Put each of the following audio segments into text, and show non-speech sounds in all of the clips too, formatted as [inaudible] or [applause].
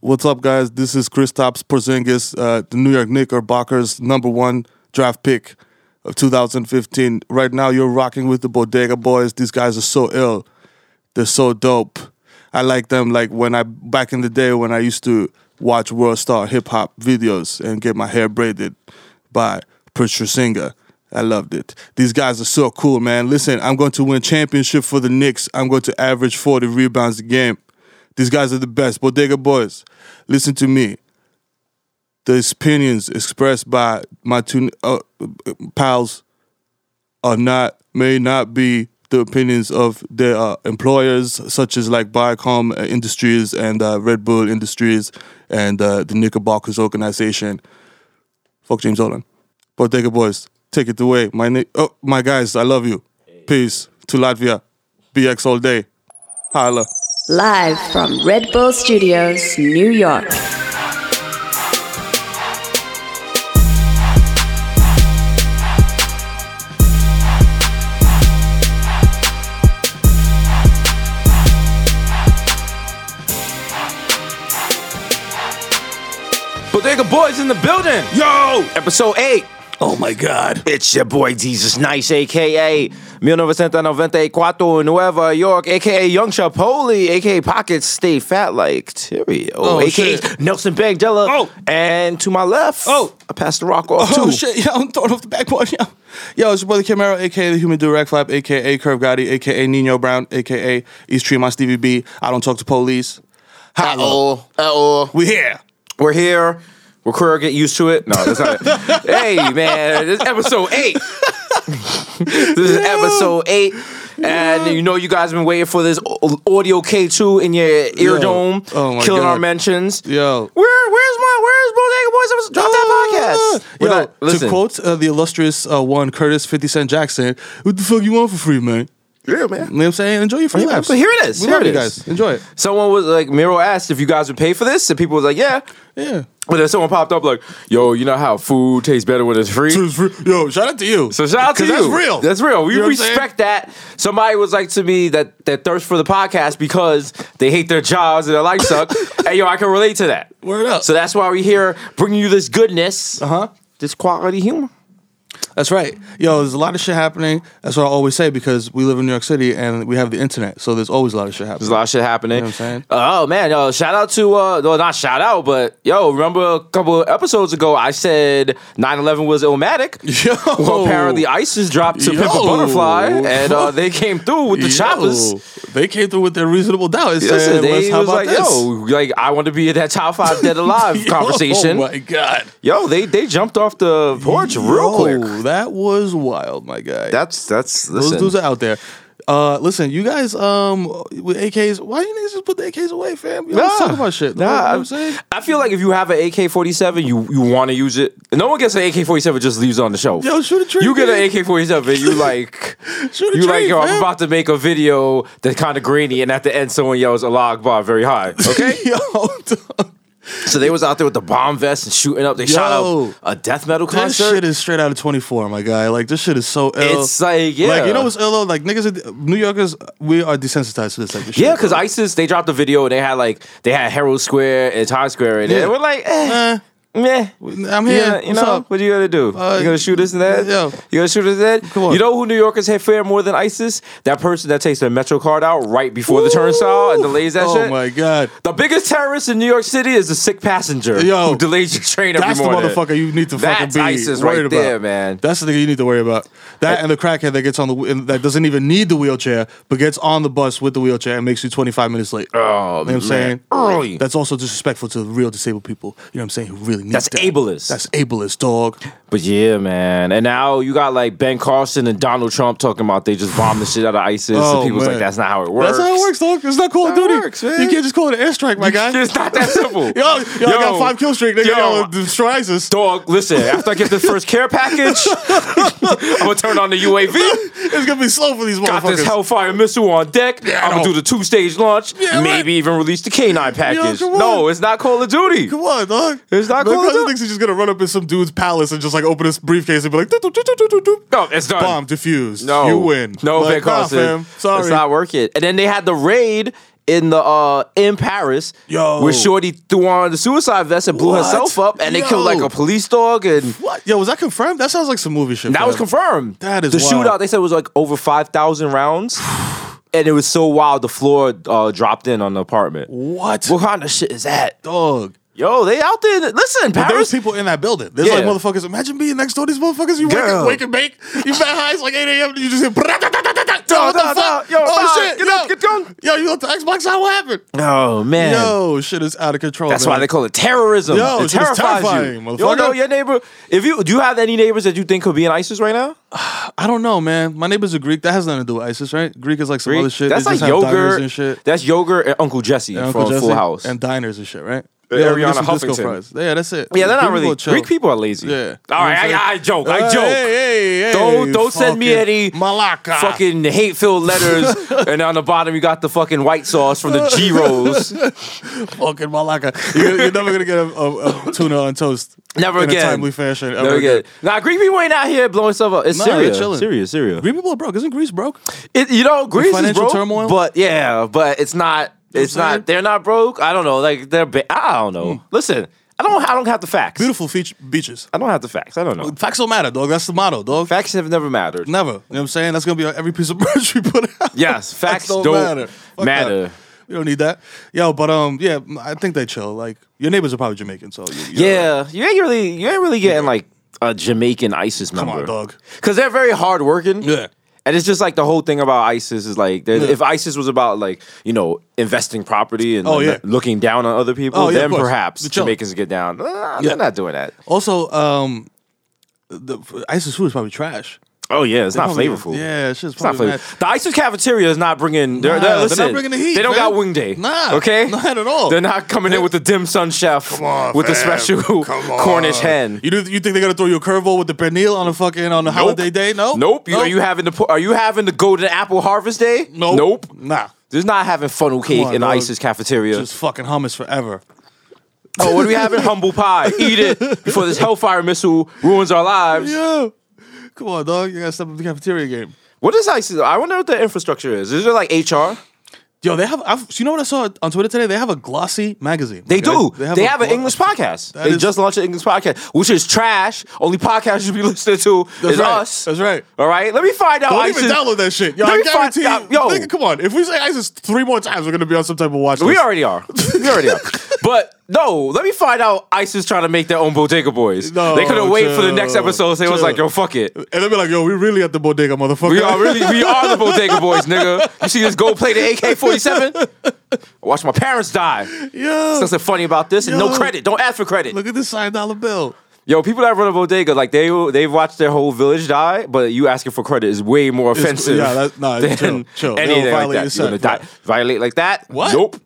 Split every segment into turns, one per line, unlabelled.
What's up, guys? This is Kristaps Porzingis. Uh, the New York Knickerbockers' number one draft pick of 2015. Right now, you're rocking with the Bodega Boys. These guys are so ill. They're so dope. I like them. Like when I back in the day when I used to watch world star hip hop videos and get my hair braided by Pritchard Singer. I loved it. These guys are so cool, man. Listen, I'm going to win championship for the Knicks. I'm going to average 40 rebounds a game. These guys are the best. Bodega boys, listen to me. The opinions expressed by my two uh, pals are not may not be the opinions of their uh, employers, such as like Biocom uh, Industries and uh, Red Bull Industries and uh, the Knickerbockers organization. Fuck James Dolan. Bodega boys, take it away. My ni- oh my guys, I love you. Peace to Latvia. BX all day. Holla.
Live from Red Bull Studios, New York.
Bodega Boys in the building. Yo! Episode 8.
Oh my god.
It's your boy Jesus Nice, aka 1994 Nueva York, aka Young Chapoli, aka Pockets Stay Fat Like Terrio,
Oh,
aka
shit.
Nelson Bagdella.
Oh.
And to my left,
Oh.
I passed the rock off
Oh
too.
shit, [laughs] yo, I'm throwing off the [laughs] backboard, yo. Yo, it's your brother Camaro, aka the Human Direct Flap, aka Curve Gotti, aka Nino Brown, aka East Tremont Stevie B. I don't talk to police. Hello.
Uh-oh. Uh-oh.
We here.
We're here. We're queer, get used to it. No, that's not
[laughs]
it. hey, man, this is episode eight. [laughs] this is episode eight. And you know you guys been waiting for this au- audio K2 in your ear
Yo.
dome,
Oh my
killing
God.
our mentions.
Yo.
Where, where's my, where's Bodega Boys? episode? Drop that podcast. We're
Yo,
not- listen,
to quote uh, the illustrious uh, one, Curtis 50 Cent Jackson, what the fuck you want for free, man?
yeah,
You
man.
know what I'm saying? Enjoy your free
Yeah,
laps.
so here it is.
We
Here
love
it
you
is.
guys. Enjoy it.
Someone was like, Miro asked if you guys would pay for this, and people was like, yeah.
Yeah.
But then someone popped up like, yo, you know how food tastes better when it's free?
Yo, shout out to you.
So shout out to
'Cause
you.
That's real.
That's real. We
You know what I'm saying?
respect that. Somebody was like to me that that thirst for the podcast because they hate their jobs and their
[laughs]
life suck. and yo, I can relate to that.
Word up.
So that's why we're here bringing you this goodness,
Uh-huh.
this quality humor.
That's right. Yo, there's a lot of shit happening. That's what I always say because we live in New York City and we have the internet. So there's always a lot of shit
There's
happening.
a lot of shit happening.
what I'm saying?
Oh man, yo, shout out to uh no, not shout out, but yo, remember a couple of episodes ago I said 9-11 was Illmatic.
[laughs] Yo.
Well, apparently ISIS dropped to Pimp a
Yo.
Butterfly and uh, they came through with the choppers.
They came through with their reasonable doubt. and
Listen,
said, "Let's-
they
how
was
about
like,
this?"
yo, like I want to be in that top five dead [laughs]
[laughs]
alive
Yo,
conversation.
Oh my god.
Yo, they they jumped off the porch real quick.
Yo, That was wild, my guy.
That's that's
Those
listen.
dudes are out there. Uh, listen, you guys um with AKs, why you niggas just put the AKs away, fam? Yo, let's
Nah.
talk about shit.
Nah,
you know what
I-
I'm saying?
I feel like if you have an AK forty seven, you you want to use it. No one gets an AK forty seven just leaves it on the shelf.
Yo, shoot a tree,
You get
man.
an AK forty seven, [laughs] you like
Shoot a
you like
tree,
yo. I'm
fam.
about to make a video that's kind of grainy, and at the end, someone yells a log bar very high. [laughs] [laughs] Okay,
[laughs] yo, dog.
so they was out there with the bomb vest and shooting up. They shot
Yo.
up a death metal
That
concert.
shit is straight out of 24, my guy. Like, this shit is so ill.
It's like, yeah.
Like, you know what's ill, though? Like, niggas, are, New Yorkers, we are desensitized to this type of shit.
Yeah, because ISIS they dropped a video and they had like they had Herald Square and Times Square in it. And we're like, eh, meh.
I'm here.
Yeah, you
What's
know
up?
what are you gonna do?
Uh,
you gonna shoot us in that?
yo.
You gonna shoot us in that?
Come on.
You know who New Yorkers have fair more than ISIS? That person that takes their Metro card out right before the turnstile and delays that
oh
shit.
my God.
The biggest terrorist in New York City is the sick passenger
Yo,
who delays your train every
That's the
morning.
motherfucker you need to fucking
That's
be
ISIS
worried
right
about.
there, man.
That's the thing you need to worry about. That and the crackhead that gets on the and that doesn't even need the wheelchair, but gets on the bus with the wheelchair and makes you 25 minutes late. you know
Oh,
what I'm saying?
Early.
That's also disrespectful to the real disabled people. You know what I'm saying? Who really need
That's
that.
ableist.
That's ableist, dog.
But yeah, man. And now you got like Ben Carson and Donald Trump talking about they just bombed the shit out of ISIS.
Oh,
and people was
man.
like, that's not how it works.
That's how it works, dog. It's not Call of
That's how it
Duty.
works, man.
You can't just call it an airstrike, my guy.
It's not that simple.
[laughs] Yo, yo, I got five kill streak. Nigga, yo,
yo,
destroy ISIS.
Dog, listen, after I get this first care package,
[laughs]
I'm gonna turn on the UAV.
It's gonna be slow for these
Got
motherfuckers.
this Hellfire missile on deck. I'm
no.
gonna do the two stage launch.
Yeah,
maybe
right.
even release the K9 package.
come on.
no, it's not Call of Duty.
Come on, dog.
It's not
My
Call of
cousin
Duty.
thinks he's just gonna run up in some dude's palace and just like open his briefcase and be like, "Doop, doop, doop, doop, doop, doop."
No, it's done.
bomb defused.
No,
you win.
No,
like,
Ben Carson.
Nah, fam. Sorry.
it's not worth it. And then they had the raid in the uh in Paris,
Yo.
where Shorty threw on the suicide vest and blew
What?
herself up, and they killed
Yo.
like a police dog, and
What? Yo, was that confirmed? That sounds like some movie shit.
that was
fam.
confirmed.
That is
the
wild.
shootout. They said was like over five thousand
[sighs]
rounds, and it was so wild. The floor uh, dropped in on the apartment.
What?
What kind of shit is that?
Dog.
Yo, they out there. Listen,
But there was
Paris.
people in that building. There's like
Yeah.
motherfuckers. Imagine being next door to these motherfuckers. You wake,
Girl.
up, wake and bake. You fat high. It's like 8 a.m. You just hear. Yo, what the
no,
fuck?
no, yo,
oh
nah,
shit.
get
yo.
up, get going.
Yo, you left the Xbox out? What happened?
Oh man.
Yo, shit is out of control.
That's
man.
why they call it terrorism.
Yo,
it
it's just
terrifies
terrifying,
you. You
motherfucker.
don't know your neighbor. If you do, you have any neighbors that you think could be in ISIS right now?
I don't know, man. My neighbors are Greek. That has nothing to do with ISIS, right? Greek is like some other shit.
That's
they
like
just have diners
yogurt.
and shit.
That's yogurt and Uncle Jesse
And
from
Uncle Jesse
Full House.
and diners and shit, right?
Uh,
Yeah, get
Ariana
some disco
Huffington.
fries. Yeah, that's it.
yeah, they're not
People
really
go chill.
Greek people are lazy.
Yeah.
All right,
You know what I'm
I, I joke. I
Hey,
joke.
hey, hey,
Don't- don't send me
fucking
any
Malacca.
[laughs] Fucking hate-filled letters,
[laughs]
and on the bottom you got the fucking white sauce from the
[laughs]
G rolls.
fucking Malacca. You're, you're never gonna get a, a- a tuna on toast.
[laughs] Never
in
again.
a timely fashion. ever
Never
again.
get. Nah, Greek people ain't out here blowing stuff up. It's
Nah, they're
Syria.
chilling.
Syria, Syria.
Greek people are broke. Isn't Greece broke?
It, you know, Greece is
financial
broke,
turmoil?
but yeah, but it's not. It's
what I'm saying? Hmm.
not. They're not broke. I don't know. Like they're. Ba- I don't know. Listen, I don't. I don't have the facts.
Beautiful feature, beaches.
I don't have the facts. I don't know.
Facts don't matter, dog. That's the motto, dog.
Facts have never mattered.
Never. You know what I'm saying? That's gonna be on every piece of [laughs] merch we put out. [laughs]
Yes, facts don't
Fuck
matter.
that. We don't need that. Yo, but um, yeah, I think they chill. Like your neighbors are probably Jamaican, so you- you're right.
Yeah, you ain't really. You ain't really getting like a Jamaican ISIS member.
on, dog.
Because they're very hardworking.
Yeah.
And it's just like the whole thing about ISIS is like, there's- if ISIS was about like, you know, investing property and
Oh,
like,
yeah.
looking down on other people,
Oh, yeah, of
then
course.
perhaps
They're chilling.
Jamaicans get down.
Yeah.
Nah, They're not doing that.
Also, um, the ISIS food is probably trash.
Oh yeah, it's not
probably-
flavorful.
yeah, it's just
it's not
probably
flavorful. The ISIS cafeteria is not bringing. They're,
Nah,
they're,
they're not
listen,
bringing the heat,
They don't
man.
got wing day.
Nah,
okay,
not at all.
They're not coming in with the dim sum chef
on,
with the
fam.
special
Come on.
[laughs] Cornish hen.
You do, you think they're gonna throw you a curveball with the pernil on a fucking on a holiday day? No,
Nope. You, Are you having the po- Are you having the golden apple harvest day?
Nope.
Nope.
Nah.
There's not having funnel cake
on,
in the
dog.
ISIS cafeteria.
Just fucking hummus forever.
oh, what are
[laughs]
we having? Humble pie. Eat it before this hellfire missile ruins our lives.
Yeah. Come on, dog. You gotta step up the cafeteria game.
What is ISIS? I wonder what their infrastructure is. Is it like HR?
Yo, they have. I've, you know what I saw on Twitter today? They have a glossy magazine.
They do.
okay?
They have, an
glo-
English podcast.
That
They
is-
just launched an English podcast, which is trash. Only podcast you should be [laughs] listening to
That's
is
right.
us.
That's right.
All right. Let me find out.
Don't
I
even
should-
download that shit. Yo,
Let
I
me find-
guarantee you.
yo.
nigga, come on. If we say ISIS three more times, we're gonna be on some type of watch list.
We already are. We
[laughs]
already are. But no, let me find out. ISIS trying to make their own Bodega Boys.
No,
they couldn't wait for the next
chill,
episode. So they was
chill.
like, yo, fuck it.
And they'll be like, yo, we really at the bodega, motherfucker.
We are really, we are the Bodega Boys, nigga. You see this go play the AK forty seven? Watch my parents die.
[laughs] Yo,
That's what's funny about this. And no
Yo.
credit. Don't ask for credit.
look at this five dollar bill.
Yo, people that run a bodega, like they they've watched their whole village die, but you asking for credit is way more offensive.
yeah, that- nah,
than
chill, chill. They
Anything
don't
like
violate
that.
yourself,
You're gonna die,
right.
violate like that?
What?
Nope.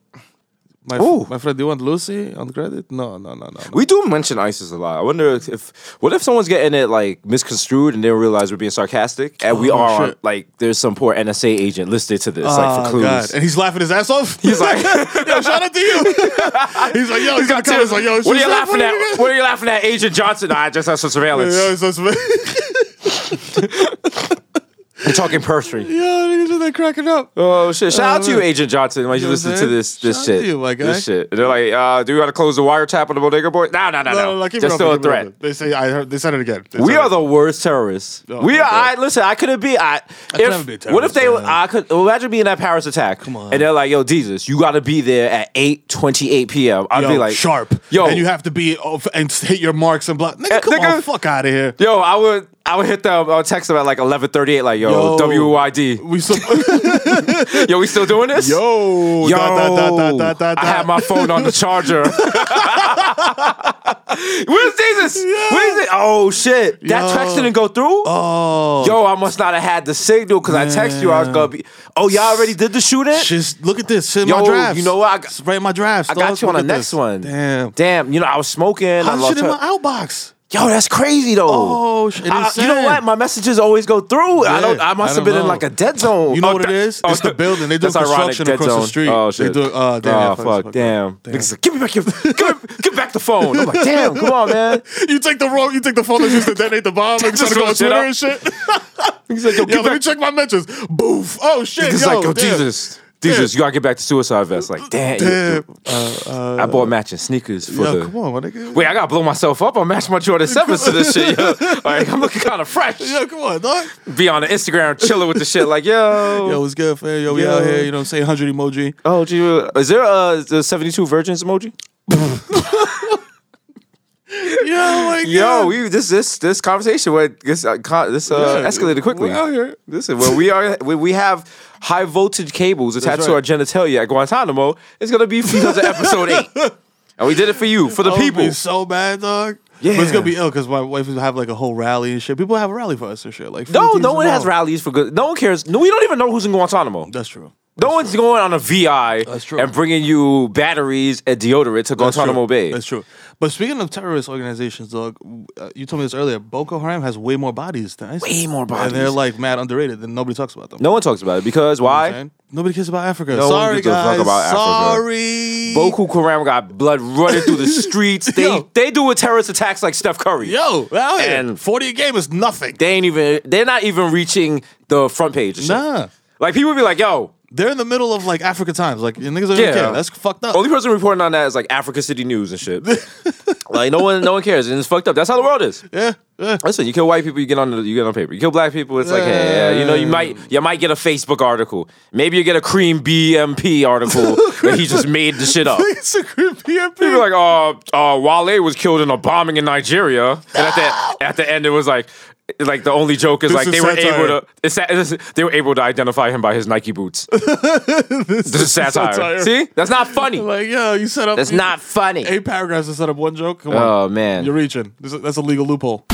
My,
Ooh.
my friend, do you want Lucy on credit? No, no, no, no. no.
We do mention ISIS a lot. I wonder if, if what if someone's getting it like misconstrued and they don't realize we're being sarcastic and we
Oh,
are
shit.
like there's some poor NSA agent listed to this like for
Oh,
clues. [laughs]
God. And he's laughing his ass off. He's
like-
[laughs] yo, shout out to
[laughs]
you. he's like, yo, he's gonna come. He's like, yo, it's
what are you
just-
laughing
are you
at? What are you laughing at, Agent Johnson? I just have
[laughs]
some surveillance.
Yeah, it's just-
You're talking perjury.
Yo, niggas are there cracking up.
Oh shit! Shout out to you,
man.
Agent Johnson. Why you
Uh, know what
listen
I'm
to
saying?
this this
Shout out
shit?
to you, my guy.
This shit. And they're like, uh, do you want to close the wiretap on the bodega boy? No, no, no,
No, no,
no.
no, keep it
They're still a
open, keep it
threat.
open. They say I heard. They said it again. They
We
said
are
it.
the worst terrorists.
No,
we
my
are. I,
God.
listen, I couldn't be. I,
could never
if,
be a
what if
terrorist, man.
they? I could imagine being at Paris attack. Come
on.
And they're like, "Yo, Jesus, you got to be there at eight twenty eight p.m." I'd
Yo,
be like,
sharp.
yo,
and you have to be off and hit your marks and block. Nigga,
Eh,
come
nigga.
on, fuck out of here.
yo." I would. I would hit them. I would text them at like eleven thirty eight. Like, yo,
Yo.
WYD.
We
[laughs]
so [laughs]
Yo, we still doing this?
yo,
Yo,
dot, dot, dot, dot, dot, dot,
I
dot.
had my phone on the
[laughs]
charger. Where's Jesus? Where's it? Oh shit! That
Yo.
text didn't go through.
Oh,
Yo, I must not have had the signal because I texted you. I was gonna be. Oh, y'all already did the shooting.
[laughs] just look at this. Send
Yo,
my drafts.
you know what? I got-
Just write my drafts.
I got
dog.
you on
Look
the
at
next
this.
one.
Damn.
Damn. You know, I was smoking. I
How's
lost
shit in my
her-
outbox?
Yo, that's crazy though.
Oh, sh- it
I-
is
You know
sad.
what? My messages always go through. I
Yeah,
don't. I
I
must
don't
have been in
know.
like a dead zone.
You know
Oh,
what it
that-
is?
oh,
It's the building. They do
that's ironic,
construction
dead
across the
zone.
street.
Oh
They
shit.
do- oh, damn, yeah,
Oh,
fuck,
fuck.
fuck,
Damn.
damn.
Niggas like, give me back your. give,
[laughs]
me- give back the phone. I'm like, damn. Come on, man.
You take the wrong. You take the phone that's used to detonate the bomb and
Just
try to go on
shit
Twitter
up.
and shit.
Niggas like,
[laughs]
yo,
Yo,
give
let me
back.
check my mentions. Boof. Oh shit.
Niggas
yo,
like, yo,
damn.
Jesus. Jesus, you gotta get back to Suicide Vest. Like, damn.
Damn.
I bought matching sneakers for
Yo,
the.
come on, my nigga.
Wait, I gotta blow myself up. I'm matching my
[laughs]
Jordan Sevens to this shit. Yo. Like, I'm looking kind of fresh.
Yo, come on, dog.
Be on the Instagram chilling with the shit. Like, yo.
Yo, what's good, fam? Yo, we
Yo.
out here. You know what I'm saying? 100 emoji.
Oh, gee, uh, is there a the 72 virgins emoji?
Yo, like
Yo, we this this this conversation went this uh, con- this uh,
Yeah,
escalated quickly.
we're out here.
Listen, well, we are we, we have high voltage cables attached to
right.
our genitalia at Guantanamo. It's gonna be because of episode [laughs] eight, and we did it for you for the people.
be so bad, dog.
Yeah.
but it's gonna be ill because my wife will have like a whole rally and shit. People have a rally for us and shit. Like
No,
15
no one has
tomorrow.
rallies for good. No one cares. No, we don't even know who's in Guantanamo.
That's true.
no one's going on a VI
That's true.
and bringing you batteries and deodorant to
That's
Guantanamo
true.
Bay.
That's true. But speaking of terrorist organizations, dog, uh, you told me this earlier. Boko Haram has way more bodies than ISIS.
Way more
and they're
bodies.
like mad underrated. And nobody talks about them.
No one talks about it because
You know what I'm
why?
saying? Nobody cares about Africa.
No one
Sorry,
gives a fuck
guys.
about Africa.
Sorry.
Boko Haram got blood
[laughs]
running through the streets. They
Yo.
they do with terrorist attacks like Steph Curry.
Yo, out here.
And-
forty a game is nothing.
They ain't even. They're not even reaching the front page. and shit.
Nah.
Like people be like, yo.
They're in the middle of like Africa times. Like niggas don't
Yeah.
even care. That's fucked up.
Only person reporting on that is like Africa City News
[laughs]
and shit. like no one, no one cares, and it's fucked up. That's how the world is.
yeah. yeah.
Listen, you kill white people, you get on the, you get on paper. You kill black people, it's like, hey, yeah, you know, you might you might get a Facebook article. Maybe you get a cream BMP
[laughs]
article that he just made the shit up.
It's a creepy
Oh. People like, uh, uh, Wale was killed in a bombing in Nigeria, and at the at the end, it was like. Like the only joke is
This
like
is
they were
satire.
able to it's, sa- it's, they were able to identify him by his Nike
[laughs]
boots. this, is satire.
satire.
See, that's not funny.
Like, yo, you set up.
That's
you-
not funny.
Eight paragraphs to set up one joke. Come on.
Oh man.
You're reaching. This is- That's a legal loophole.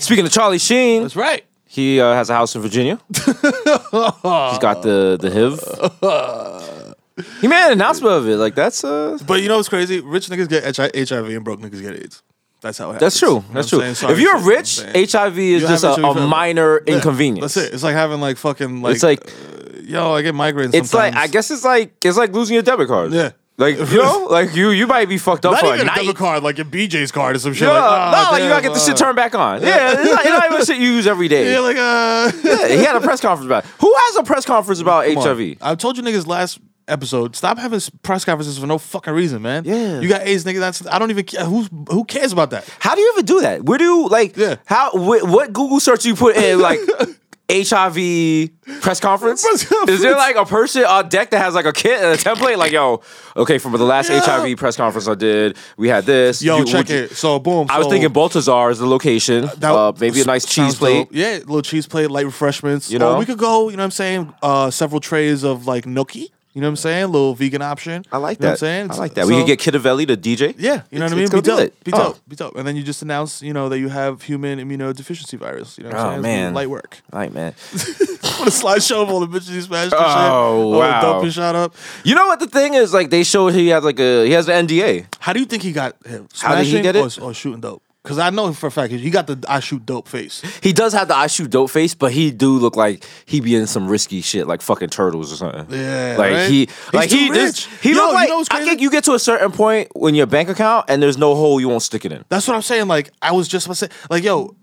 Speaking of Charlie Sheen,
right.
he uh, has a house
[laughs]
in Virginia. He's got the the HIV. He made an announcement of it. Like that's uh
But you know what's crazy? Rich niggas get HIV and broke niggas get AIDS. That's how it happens.
that's
You
true.
know what
That's
I'm
true.
saying? Sorry,
if you're
you know what
rich,
I'm saying?
HIV is
You
just
have
a,
HIV
a
forever.
minor
Yeah,
inconvenience.
That's it. It's like having like fucking like.
It's like-
uh, yo, I get migraines.
It's like
sometimes.
I guess it's like it's like losing your debit card.
Yeah.
Like you know,
[laughs]
like you you might be fucked up
Not
for
even a
a night.
debit card, like your BJ's card or some shit.
Yeah,
like, ah,
no, like
damn,
you gotta get the shit
ah.
turned back on. Yeah, it's not, it's not even shit you use every
[laughs]
day.
Yeah, like uh.
[laughs] Yeah, he had
[laughs]
a press conference about. it. Who has a press conference about
Come on.
HIV?
I told you niggas last episode. Stop having s- press conferences for no fucking reason, man.
Yeah.
you got AIDS, nigga. That's I don't even care. Who's who cares about that?
How do you even do that? Where do you like?
Yeah.
How? Wh- what Google search you put
[laughs]
in like? HIV press conference?
Press conference.
Is there like a person on deck that has like a kit and a template? Like, yo, okay, from the last
Yeah.
HIV press conference I did, we had this.
Yo,
You-
check
would you-
it. So boom.
I was
so-
thinking Baltazar is the location.
That-
uh, maybe a nice
sounds
cheese plate.
dope. Yeah, little cheese plate, light refreshments.
You
You
know?
know, we could go. You know what I'm saying? Uh, several trays of like gnocchi. You know what I'm saying? little vegan option.
I like
You know
that.
what I'm saying
I like that. we
So-
could get Kitavelli to DJ.
Yeah, you know what
Let's-
I mean.
let's go
Be
do
dope,
it.
be
Oh.
dope, be dope, and then you just announce, you know, that you have human immunodeficiency virus. You know what I'm
Oh,
saying? It's
man.
light work.
All right, man.
what a slideshow of all the bitches he smashed. and shit. All
Oh,
the
wow.
dope he shot up.
You know what the thing is? Like they showed he has like a he has an NDA.
How do you think he got him?
How did he
Smashing
get it?
Or, or shooting dope? Because I know for a fact he got the I shoot dope face.
He does have the I shoot dope face, but he do look like he be in some risky shit, like fucking turtles or something.
Yeah,
like
right?
he,
He's
like
too
he,
rich.
just, he
Yo,
look
you
like.
know what's
I
crazy?
think you get to a certain point in your bank account, and there's no hole you won't stick it in.
That's what I'm saying. Like I was just about to say, like yo,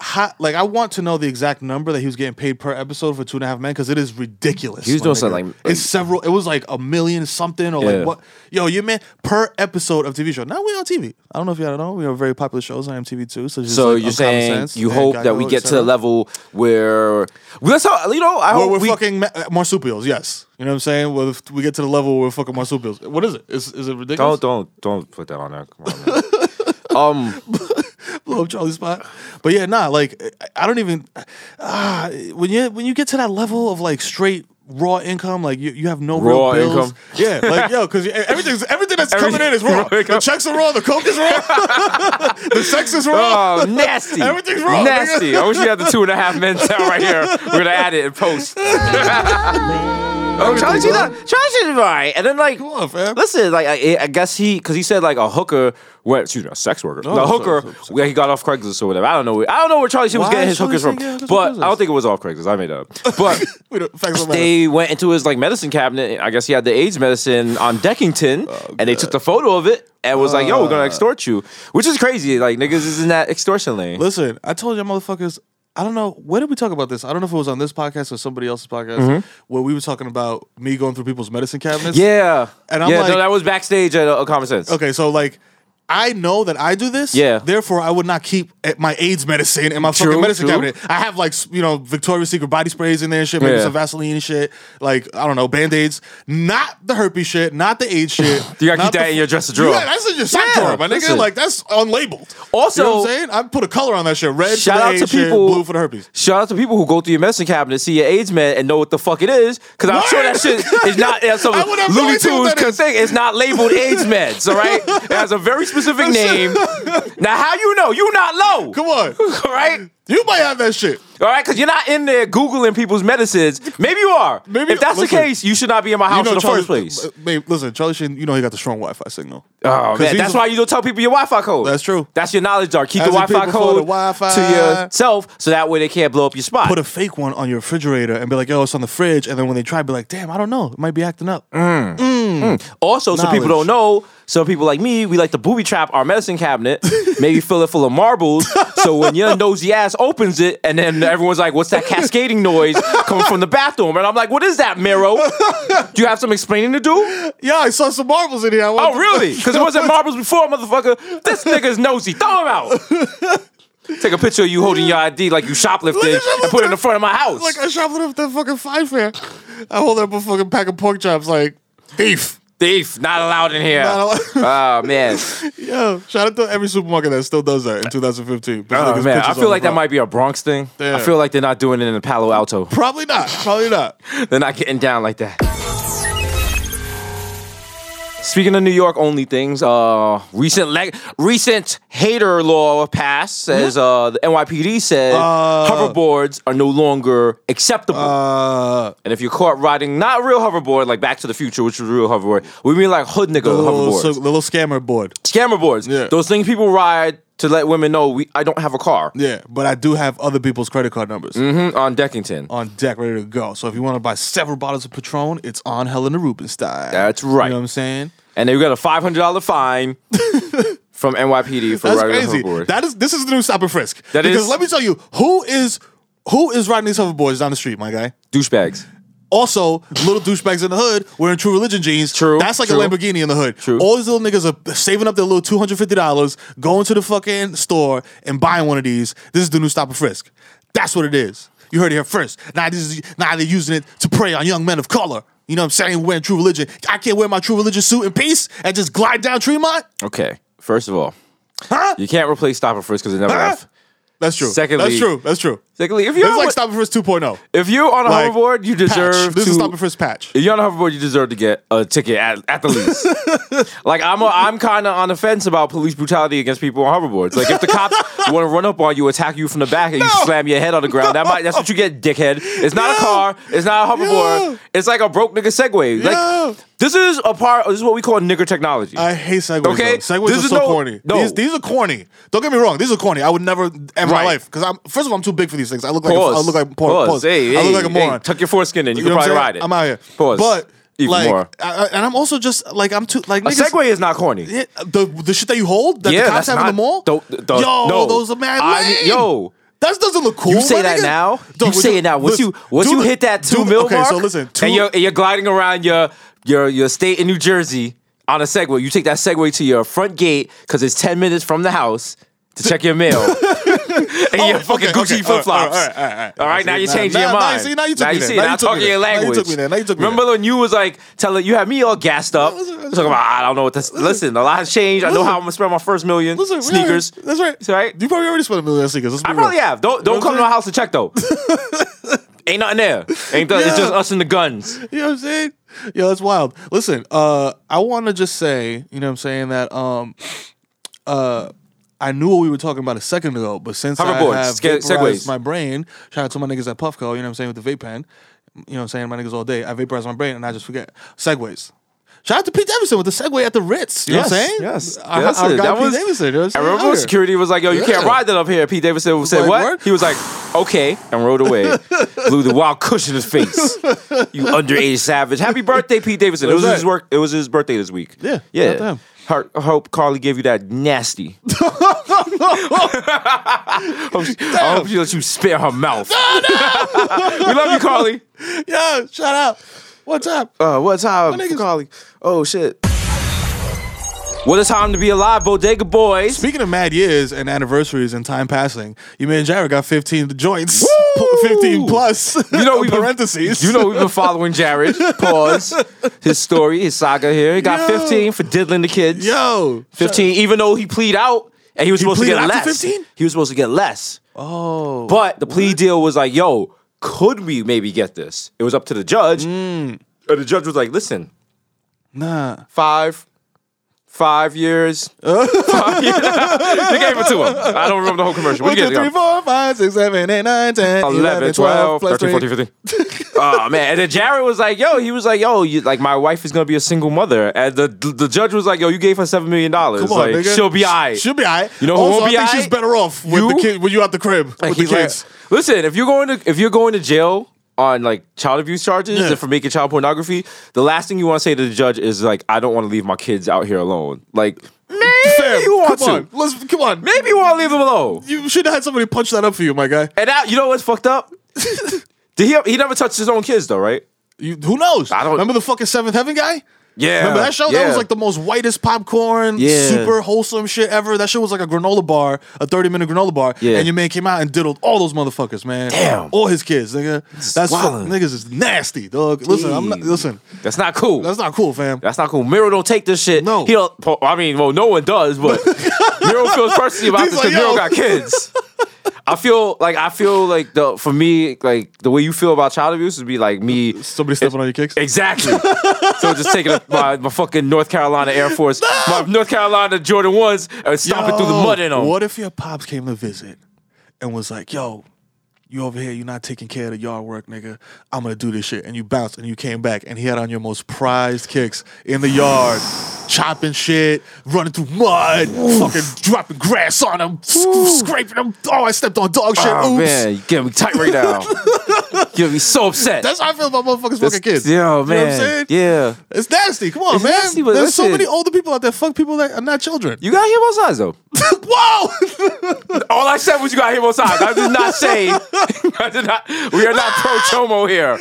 how, like I want to know the exact number that he was getting paid per episode for two and a half men because it is ridiculous.
He was
my
doing
nigga.
something like-
it's several. It was like a million something or
Yeah.
like what? Yo, your man per episode of TV show. Now we on TV. I don't know if y'all know. We have very popular shows on MTV too. So, just
So
like
you're
Uncommon
saying
Sense
you
and
hope that
Geico,
we
et
get to
cetera.
the level where well, that's how you know. I
Where
hope
we're
Oh, we,
fucking ma- uh, marsupials, yes. You know what I'm saying? Where if we get to the level where we're fucking marsupials. What is it? Is, is it ridiculous?
don't don't don't put that on there. Come on, [laughs] man. um,
blow up Charlie's spot. But yeah, nah, like I- I don't even ah when you when you get to that level of like straight raw income, like you, you have no real
Raw
bills.
income.
Yeah, like yo, because everything's everything that's coming in is raw.
[laughs] Raw income.
the checks are raw, [laughs] the coke is raw, the sex is raw.
oh, nasty.
Everything's wrong, nigga.
Nasty. I wish you had the two and a half men down right here. We're gonna add it in post. [laughs] oh, Charlie Sheen,
wrong.
Charlie Sheen, right? And then like,
on, fam.
listen, like I, I guess he, because he said like a hooker, went, excuse me, a sex worker,
Oh,
no, a
so-
hooker,
so- so-
yeah, he got off Craigslist or whatever. I don't know. where- I don't know where Charlie Sheen was
Why
getting
is
his
Charlie
hookers
Sheen
from,
getting his
but
hookers?
I don't think it was off Craigslist. I made that up, but.
We don't, facts don't matter.
They went into his like medicine cabinet. I guess he had the AIDS medicine on Deckington,
Oh,
and they took the photo of it and was like, "Yo,
Uh.
we're gonna extort you," which is crazy. Like niggas is in that extortion lane.
Listen, I told you motherfuckers I don't know. Where did we talk about this? I don't know if it was on this podcast or somebody else's podcast where we were talking about me going through people's medicine cabinets.
Mm-hmm. Yeah.
And I'm
yeah,
like-
no, that was backstage at uh, Common Sense.
Okay, so like I know that I do this.
Yeah.
Therefore, I would not keep eh, my AIDS medicine in my
True,
fucking medicine
true.
cabinet. I have like s- you know Victoria's Secret body sprays in there and shit, maybe
Yeah.
some Vaseline and shit. Like I don't know band aids, not the herpes shit, not the AIDS shit.
[laughs] You gotta
not
keep that
the-
in your dresser drawer.
Yeah, that's in your sock
Yeah,
drawer, my nigga.
listen.
Like that's unlabeled.
Also-
you know what I'm saying I put a color on that shit. Red.
Shout
for the
out to
AIDS shit,
people.
blue for the herpes.
Shout out to people who go through your medicine cabinet, see your AIDS man, and know what the fuck it is. Because I'm
What?
sure that shit is
[laughs]
not that's some
I would have no
Looney
idea
Tunes
what that
could
is.
thing. It's not labeled AIDS meds. All right, it has a
[laughs]
very specific name. now, how you know? You not low.
Come on, [laughs]
[laughs] All right.
you might have that shit.
All right, because you're not in there googling people's medicines. Maybe you are.
Maybe-
if that's
listen.
the case, you should not be in my house in the
Charlie-
first place.
uh, Babe, listen, Charlie Sheen. You know he got the strong Wi-Fi signal.
Oh
uh, 'Cause
man,
he's
that's
a-
why you don't tell people your Wi-Fi code.
That's true.
That's your knowledge jar. Keep
As
the
in
Wi-Fi
people for
code
the Wi-Fi.
to yourself, so that way they can't blow up your spot.
put a fake one on your refrigerator and be like, yo, it's on the fridge. And then when they try, be like, damn, I don't know. It might be acting up.
Mm. Also, some people
Knowledge.
don't know. Some people like me, we like to booby trap our medicine cabinet,
[laughs]
maybe fill it full of marbles. So when your nosy ass opens it, and then everyone's like, "What's that cascading noise coming from the bathroom?" And I'm like, "What is that, Miro? Do you have some explaining to do?"
Yeah, I saw some marbles in here. I want-
Oh, really? Because it wasn't marbles before, motherfucker. This nigga's nosy. Throw him out. Take a picture of you holding your ID like you shoplifted and put it in the front of my house.
[laughs] Like, I shoplifted up that fucking five fair. I hold up a fucking pack of pork chops like, thief.
Thief, not allowed in here.
Not
oh man.
[laughs] Yo, shout out to every supermarket that still does that in 2015.
Oh, man, I feel like that might be a Bronx thing. I
Yeah.
feel like they're not doing it in Palo Alto.
Probably not. Probably not.
They're not getting down like that. Speaking of New York only things, uh, recent leg recent hater law passed says uh, the NYPD said
Uh.
hoverboards are no longer acceptable.
Uh,
and if you're caught riding not real hoverboard, like Back to the Future, which was real hoverboard, we mean like hood nigga
the little,
hoverboards,
Oh, so- the little scammer board.
scammer boards.
Yeah.
Those things people ride to let women know we I don't have a car
Yeah, but I do have other people's credit card numbers
Mhm, on Deckington.
on deck ready to go. So if you want to buy several bottles of Patron, it's on Helena Rubinstein.
That's right.
You know what I'm saying?
and they got a five hundred
[laughs]
dollar fine from NYPD for
That's
riding a
crazy.
hoverboard.
That is this is the new stop and frisk.
That
because
is-
let me tell you, who is who is riding these hoverboards down the street, my guy?
Douchebags.
Also, little douchebags in the hood wearing true religion jeans.
True,
That's like
true.
a Lamborghini in the hood.
True.
All these little niggas are saving up their little two hundred fifty dollars, going to the fucking store and buying one of these. This is the new stop and frisk. That's what it is. You heard it here first. Now this is now they're using it to prey on young men of color. You know what I'm saying? Wearing true religion. I can't wear my true religion suit in peace and just glide down Tremont?
Okay. First of all,
Huh?
you can't replace stop and frisk because it never.
Huh?
have.
That's true.
Secondly-
that's true. That's true.
Secondly, if you're
It's
on,
like Stop and Frisk 2.0.
if you're on a
Like,
hoverboard, you deserve
patch. This
to.
is Stop and Frisk patch.
if you're on a hoverboard, you deserve to get a ticket at, at
[laughs]
the least. like I'm, a, I'm kind of on the fence about police brutality against people on hoverboards. Like if the
[laughs]
cops want to run up on you, attack you from the back, and you
No.
slam your head on the ground, that might, that's what you get, dickhead. It's not a
No.
car. It's not a hoverboard.
No.
It's like a broke nigga Segway.
No.
Like this is a part. This is what we call nigger technology.
I hate segways.
Okay,
Okay, segways
this
are
is
so
no-
corny.
no.
These, these are corny. Don't get me wrong. These are corny. I would never in my
Right.
life because I'm first of all I'm too big for these things. I look like a,
Pause.
I look like pause. pause.
Hey,
I look
hey,
like a
hey,
moron.
tuck your foreskin in. You,
You know
can
what I'm
probably
saying?
ride it.
I'm out here.
Pause.
But
Even
like,
more.
I, I- and I'm also just like I'm too like
A
niggas-
Segway is not corny.
Yeah, the the shit that you hold that
Yeah,
the cops
that's
have
not-
in the mall.
don't- don't-
yo,
no.
those are mad.
I mean,
lame.
yo.
That doesn't look cool.
You say
my
that
nigga.
now.
Dog,
you
we
say
do-
it now. Once
listen,
you once
do
you
the-
hit that two
do the-
mil
okay,
mark,
so listen, two,
and you're and you're gliding around your your your state in New Jersey on a Segway. You take that Segway to your front gate because it's ten minutes from the house to check your mail.
[laughs]
[laughs] and your fucking
Oh, okay, okay,
Gucci
all
flip
right,
flops.
all right, all right, all right.
now you're
Now-
changing your
now- now you
mind.
see- now you took me there.
see,
Now
now
you
I'm
took me
talking
there.
your
Now you
language.
took me there. Now you took me
Remember
there.
when you was like telling you had me all gassed up,
Listen, listen.
talking about I don't know what this. Listen, a lot has changed. I know
Listen.
how I'm gonna spend my first million
Listen, we already-
sneakers.
That's right.
It's all right.
You probably already spent a million on sneakers. Let's
I
be
probably
real.
have. Don't don't
know
come
what
to my
I'm
house to
[laughs]
check though. Ain't nothing there. Ain't nothing. It's
Yeah.
just us and the guns.
You know what I'm saying? Yo, that's wild. Listen, uh, I want to just say, you know what I'm saying, that um, uh, I knew what we were talking about a second ago, but since I
Hoverboards,
have
sca-
vaporized
segways.
my brain, shout out to my niggas at Puffco, you know what I'm saying, with the vape pen, you know what I'm saying, my niggas all day, I vaporize my brain and I just forget. Segways. Shout out to Pete Davidson with the segue at the Ritz. You
Yes,
know what I'm saying?
yes.
Our,
Yes,
our
that
guy Pete
was-
Davidson. You know what I'm
I
saying?
remember when
Out here.
security was like, "Yo, you can't
Yeah.
ride that up here." Pete Davidson said,
like,
"What?"
what?
He was like, "Okay," and rode
[laughs]
away. Blew the wild cushion in his face. You underage savage. Happy birthday, Pete Davidson. It was
What's
his
that?
work. It was his birthday this week.
Yeah,
yeah.
goddamn.
Her, hope Carly gave you
[laughs]
that nasty. [laughs] Hope she- I hope she lets you spit in her mouth. [laughs] we love you, Carly.
[laughs] Yeah, shout out. What's up?
Uh, what time,
niggas-
Carly? Oh shit. What a time to be alive, Bodega Boys.
Speaking of mad years and anniversaries and time passing, you man Jared got 15 joints, [laughs] P- 15 plus. [laughs]
You know, we've been-
parentheses.
you know, we've been
[laughs]
following Jared. Pause. His story, his saga here. He got
Yo.
15 for diddling the kids.
[laughs] yo,
15, even though he plead out and he was supposed to
pleaded
get
out to
less.
15?
He was supposed to get less. Oh. But the plea deal was like, yo, could we maybe get this? It was up to the judge.
Mm.
And the judge was like, listen,
nah.
five. Five
[laughs]
years. Five years. they gave it to him. I don't remember the whole commercial.
One,
What'd you
two,
get?
three, four, five, six, seven, eight, nine, 10,
11, 12, 13, 14, 15.
[laughs]
oh man. And then Jared was like, yo, he was like, yo, you, like my wife is gonna be a single mother. And the the judge was like, yo, you gave her seven million dollars.
Come on,
like,
nigga.
She'll be alright.
She'll be alright.
You know who
also,
won't be
I think she's
aight?
better off with
You?
the kid when you out the crib with
Like,
the
he's like,
kids.
Listen, if you're going to if you're going to jail on like child abuse charges
Yeah.
and for making child pornography, the last thing you want to say to the judge is like, I don't want to leave my kids out here alone. Like maybe
Fam,
you
come
want to.
On. Let's come on.
Maybe you want to leave them alone.
You should have had somebody punch that up for you, my guy.
And now you know what's
[laughs]
fucked up? Did he he never touched his own kids though, right?
You, who knows?
I don't-
remember the fucking Seventh Heaven guy.
Yeah.
Remember that show? That
Yeah.
was like the most whitest popcorn,
Yeah.
super wholesome shit ever. That shit was like a granola bar, a 30 minute granola bar.
Yeah.
And your man came out and diddled all those motherfuckers, man.
Damn.
All his kids, nigga. That's fuck,
wildin'.
niggas is nasty, dog. Listen, I'm not,
Jeez.
listen,
That's not cool.
that's not cool, fam.
That's not cool. Miro don't take this shit.
No.
he don't. well, I mean, well, no one does, but
[laughs]
Miro feels personally about
He's
this
like,
because Miro
yo. [laughs]
got kids. I feel like I feel like the for me like the way you feel about child abuse would be like me
Somebody stepping on your kicks.
exactly.
[laughs]
so just taking up my, my fucking North Carolina Air Force, my North Carolina Jordan ones, and stomping through the
Yo,
mud in them.
What if your pops came to visit and was like, yo, you over here, you're not taking care of the yard work, nigga. I'm gonna do this shit. And you bounced and you came back and he had on your most prized kicks in the yard, chopping shit, running through mud, fucking dropping grass on him, sc- scraping him. Oh, I stepped on dog shit.
Oh
Oops.
man, you getting me tight right [laughs] now. you getting me so upset.
That's how I feel about motherfuckers fucking kids.
Yeah,
You
man.
know what I'm saying?
Yeah.
It's nasty. Come on,
It's
man.
nasty, but
There's so
listen.
many older people out there fuck people that are not children. [laughs]
You gotta hear both sides though.
Whoa! [laughs]
All I said was you got him on sides. I did [laughs] not say. I did not. We are not pro chomo here.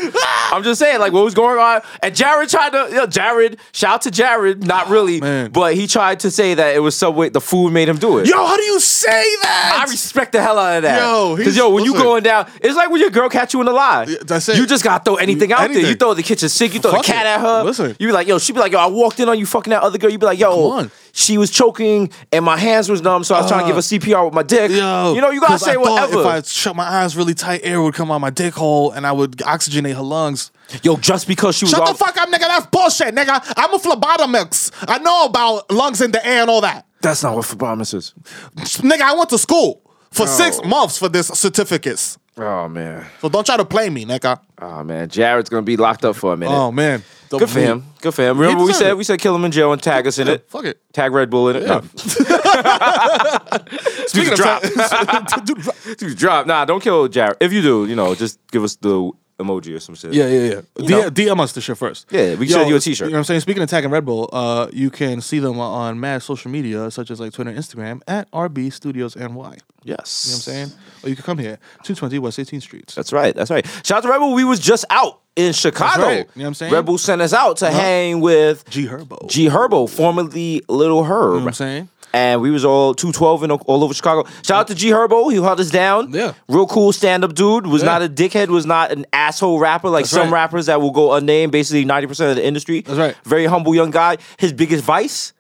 I'm just saying, like, what was going on? And Jared tried to. You know, Jared, shout to Jared. Not really,
man.
but he tried to say that it was subway. The food made him do it.
Yo, how do you say
I
that?
respect the hell out of that.
Yo, he's-
because yo, when you
listen.
going down, it's like when your girl catch you in a lie.
that's it.
You just gotta throw anything out there. You
Anything.
throw the kitchen sink. You throw
Fuck
the cat
it.
at her.
Listen.
you be like, yo, she be like, yo, I walked in on you fucking that other girl. You be like,
Come
yo,
on. Uh,
she was choking and my hands was numb, so I was trying to give her CPR with my dick.
Yo,
you know, you gotta
'cause I
say
thought
whatever.
If I shut my eyes really tight, air would come out my dick hole, and I would oxygenate her lungs.
Yo, just because she was
Shut
all,
the fuck up, nigga. That's bullshit, nigga. I'm a phlebotomist. I know about lungs in the air and all that,
That's not what phlebotomist is.
nigga. I went to school for six months for this certificates.
Oh man,
So don't try to play me, nigga.
oh man, Jared's gonna be locked up for a minute.
Oh man,
Good for him. Good for him. Remember we
deserved
said
it.
we said kill him in jail and tag us in it.
Fuck
[laughs]
it.
Tag Red Bull in it. No.
Speaking
Dude,
of
drop.
[laughs] time- Dude, drop.
Dude, drop. Nah, don't kill Jared. If you do, you know, just give us the emoji or some shit.
Yeah, yeah, yeah.
know?
D- DM us the shit first.
Yeah, we can send you a t-shirt.
You know what I'm saying? Speaking of tagging Red Bull, uh, you can see them on mad social media, such as like Twitter and Instagram, at RB Studios NY. You know what
Yes.
I'm saying? Or you can come here, 220 West 18th Street.
That's right. That's right. Shout out to Rebel. We was just out in Chicago.
right. You know what I'm saying? Uh-huh.
Rebel sent us out to hang with
G Herbo.
G Herbo, formerly Little Herb.
You know what I'm saying?
and we was all 212 and all over Chicago. Shout out to G Herbo, he held us down.
Yeah.
Real cool stand up dude. Was
Yeah.
not a dickhead, was not an asshole rapper like
That's
some
right.
rappers that will go unnamed, basically 90% of the industry. That's
right.
Very humble young guy. His biggest vice,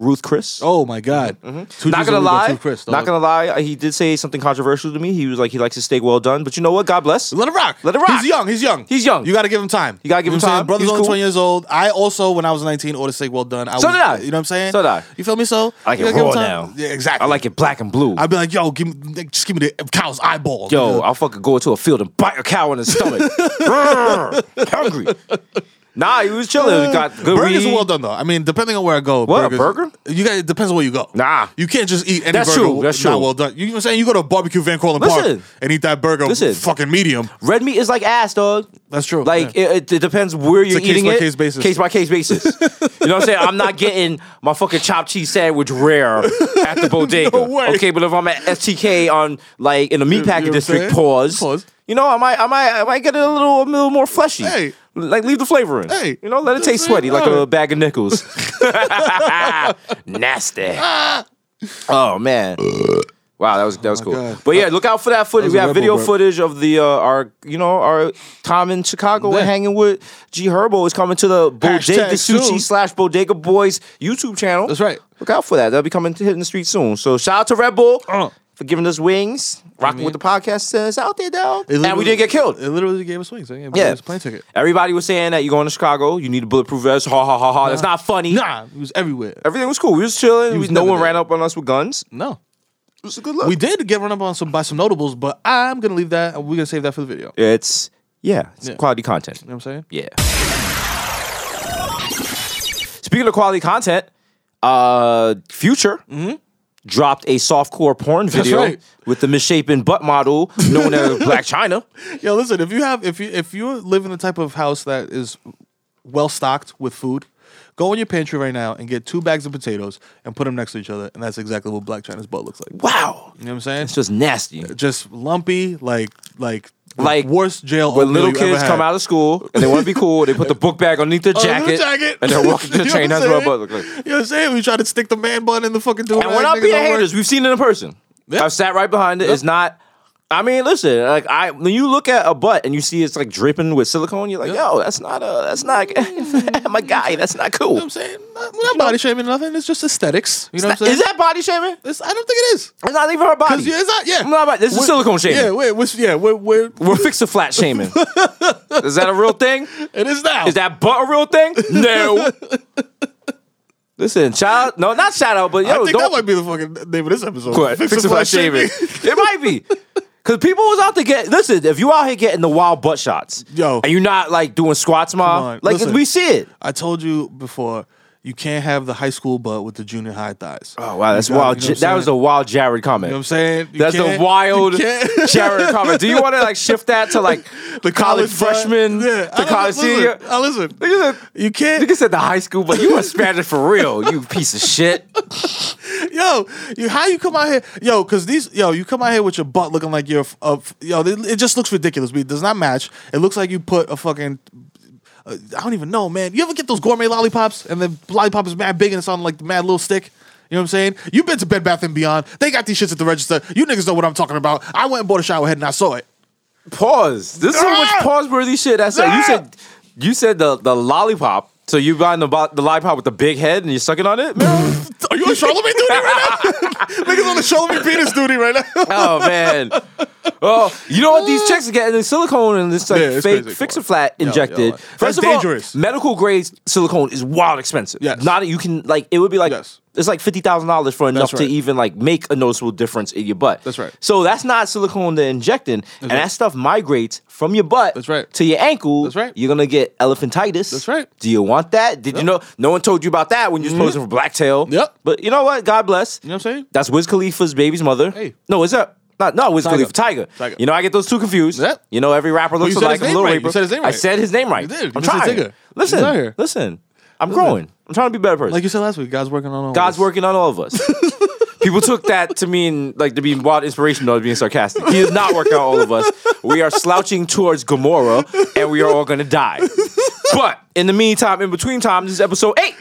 Ruth Chris.
Oh my God. Two
Mm-hmm, Not
G's
gonna
and we go
lie,
through Chris,
not
dog.
gonna lie, he did say something controversial to me. He was like, he likes his steak well done, but you know what? God bless.
Let it rock.
Let it rock.
He's young. He's young.
He's young.
You got to give him time.
You gotta give
know
him
what I'm saying?
time.
Brother's
He's
only
cool.
20 years old. I also, when I was 19, ordered steak well done. I
So
was,
did I.
You know what I'm saying?
So did I.
You feel me? So
I like
you
it
gotta give
raw
him
now.
Yeah, exactly.
I like it black and blue.
I'd be like, yo, give me, just give me the cow's eyeball.
Yo,
nigga. [laughs]
I'll fucking go into a field and bite a cow in the stomach. Grr, Hungry. Nah, he was chilling. Got good
"Eh, Burgers
weed.
are well done though. I mean, depending on where I go,
What, a
burgers,
burger?
You got it depends on where you go.
Nah.
you can't just eat any
That's
burger.
true, that's
not
true.
well done. You know what I'm saying? You go to barbecue Van Corlin Park
Listen.
and eat that burger,
Listen.
fucking medium.
Red meat is like ass, dog.
That's true,
Like
yeah.
it, it, it depends where you're
a
eating it.
case-by-case basis.
Case by case
[laughs]
basis. you know what I'm saying? I'm not getting my fucking chopped cheese sandwich rare at the bodega.
[laughs] No way.
Okay, but if I'm at STK on like in the meat
you know
packing
what I'm
district,
saying?
pause.
Pause.
You know, I might, I might, I might get it a little, a little more fleshy.
Hey.
Like leave the flavor in.
Hey.
You know, let it
That's
taste
it.
sweaty like a
Alright.
bag of nickels.
[laughs]
[laughs] Nasty.
Ah.
oh man. Wow, that was that was cool.
Oh God.
But yeah, look out for that footage.
was
We
a
have
rebel
video
burp.
footage of the uh, our you know our time in Chicago. We're
Yeah.
hanging with G Herbo. Is coming to the Bodega
Hashtag
Sushi
soon.
slash Bodega Boys YouTube channel.
That's right.
Look out for that. That'll be coming to hitting the street soon. So shout out to Red Bull
Uh.
for giving us wings, rocking with the podcast. Uh, It's out there though, and we didn't get killed.
It literally gave us wings. Yeah,
Yeah.
it was a plane ticket.
Everybody was saying that you're going to Chicago, you need a bulletproof vest. Ha ha ha ha. That's not funny.
Nah, it was everywhere.
Everything was cool. We was chilling.
was
We- no
never
one
there.
ran up on us with guns.
No,
It was a good look.
we did get run up on some by some notables, but I'm gonna leave that. We're gonna save that for the video. You
it's yeah, it's
Yeah.
quality content.
know what I'm saying?
Yeah. Speaking of quality content, uh, Future dropped a softcore porn video
Mm-hmm. right.
with the misshapen butt model known
[laughs]
as Black China.
Yo, listen. If you have, if you if you live in the type of house that is well stocked with food, go in your pantry right now and get two bags of potatoes and put them next to each other, and that's exactly what Black China's butt looks like. You
Wow,
know what I'm saying?
it's just nasty.
Just lumpy, like like the
Like
worst jail.
When
oatmeal
little
you ever
kids
had.
come out of school and they want to be cool, they put the book bag underneath their
Oh, little
jacket,
jacket. [laughs]
and they're walking to
You
the
know
train.
what
That's
I'm
what my butt
saying?
looked like.
You know what I'm saying? We try to stick the man bun in the fucking door.
And we're not being haters. We've seen it in person.
Yeah.
I've sat right behind it. It's not. I mean, listen. Like I, when you look at a butt and you see it's like dripping with silicone, you're like, yo, that's not a, that's not [laughs]
Mm-hmm.
my guy. That's not cool.
I'm saying not, we're not body shaming or nothing. It's just aesthetics. You know what I'm saying?
Is that body shaming?
It's, I don't think it is.
It's not even her body.
It's, yeah, it's not. Yeah,
I'm not about- this is
We're-
silicone shaming.
Yeah, we're, we're yeah we're, we're
We're fix a flat
[laughs]
shaming. is that a real thing?
it is now.
Is that butt a
[laughs]
real thing? No. Listen, shout out. No, not shout out, but yo,
I think
don't,
that might be the fucking name of this episode.
Correct. Fix, it by shaving. [laughs] it might be. Cause people was out to get listen, if you out here getting the wild butt shots,
Yo.
and you not like doing squats, ma,
on,
like 'cause
listen.
we see it.
I told you before, you can't have the high school butt with the junior high thighs.
Oh wow, that's
You got-
wild.
you know what I'm
that was a
saying?
wild Jared comment.
You know what I'm saying? You
that's
can't-
a wild
you can't-
[laughs] Jared comment. Do you want to like shift that
[laughs]
to like the college,
butt.
freshman,
Yeah, I
the
don't-
college
listen,
senior?
I listen.
Nigga said-
You can't.
Nigga said the high school, but you a Spanish for real, you piece of shit.
[laughs] Yo, you how you come out here? Yo, because these yo, you come out here with your butt looking like you're f- a f- yo. It, it just looks ridiculous. It does not match. It looks like you put a fucking. Uh, I don't even know, man. You ever get those gourmet lollipops and the lollipop is mad big and it's on like the mad little stick? You know what I'm saying? You've been to Bed Bath and Beyond. They got these shits at the register. You niggas know what I'm talking about. I went and bought a shower head and I saw it. [laughs]
Pause. This is so much
Ah!
pause worthy shit. I said. You
Ah!
said you said the the lollipop. So you buying the, bo- the lollipop with the big head and you're sucking on it? Man?
Are you on Charlemagne duty right now? [laughs] niggas on the Charlemagne penis duty right now. [laughs]
[laughs] oh man. Oh, you know what? These chicks are getting the silicone and this like
Uh. Yeah, it's
fake
crazy.
fix a flat
Yo, yo,
injected.
that's
First of
dangerous.
all, medical grade silicone is wild expensive.
Yes.
Not you can like it would be like
Yes.
it's like fifty thousand dollars for enough
right.
to even like make a noticeable difference in your butt.
That's right.
So that's not silicone they're injecting, and
right.
that stuff migrates from your butt
That's right.
to your ankle.
That's right.
You're gonna get elephantitis.
That's right. Mm-hmm.
Do you want that? Did you know no one told you about that when you were posing for blacktail?
Yep.
But you know what? God bless.
You know what I'm saying?
That's Wiz Khalifa's baby's mother.
Hey.
No, is that not not Wiz
Tiger.
Khalifa? Tiger.
Tiger.
You know, I get those two confused.
Yep.
You know, every rapper looks
you said
alike.
his
I'm a
name
little
right.
rapper.
You said his name
I
right.
said his name right.
You did. You
I'm
just said
trying.
Tigger. He's out
Listen,
here.
listen. I'm growing. I'm trying to be a better person.
Like you said last week, God's working on all
God's
this.
working on all of us. People took that to mean like to be wild inspirational, to being sarcastic. He is not working on all of us. We are slouching towards Gomorrah, and we are all gonna die. But in the meantime, in between time, this is episode eight.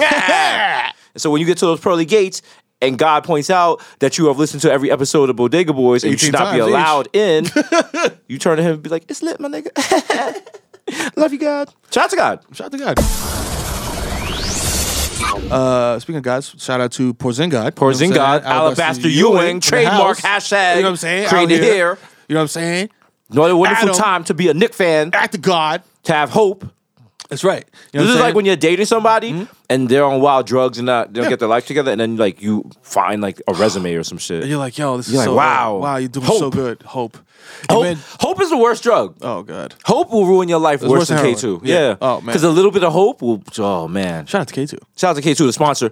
And so when you get to those pearly gates, and God points out that you have listened to every episode of Bodega Boys, and you
18
should not be
times each.
allowed in, you turn to him and be like, "It's lit, my nigga. [laughs] Love you, God. Shout out to God.
Shout out to God. Uh, speaking of guys, shout out to Porzingod.
Porzingin, Alabaster Ewing, trademark, hashtag,
You know what I'm saying? Out
created here.
You know what I'm saying?
What a wonderful
Adam.
time to be a Nick fan,
Act to God.
to have hope.
That's right. You know
this
what I'm
is like
saying? Mm-hmm.
when you're dating somebody and they're on wild drugs and not they don't get their life together, and then like you find like a resume or some shit.
And you're like, yo, this
You're
is
like,
so
wow.
wow, wow, you're doing so
Hope.
good. Hope, And
hope,
then-
hope is the worst drug.
oh god,
Hope will ruin your life worse
worse
than
than
K two.
heroin. Yeah.
Yeah.
Oh, man.
Because a little bit of hope will. Oh man.
shout out to K two.
Shout out to K two,
[laughs]
the sponsor.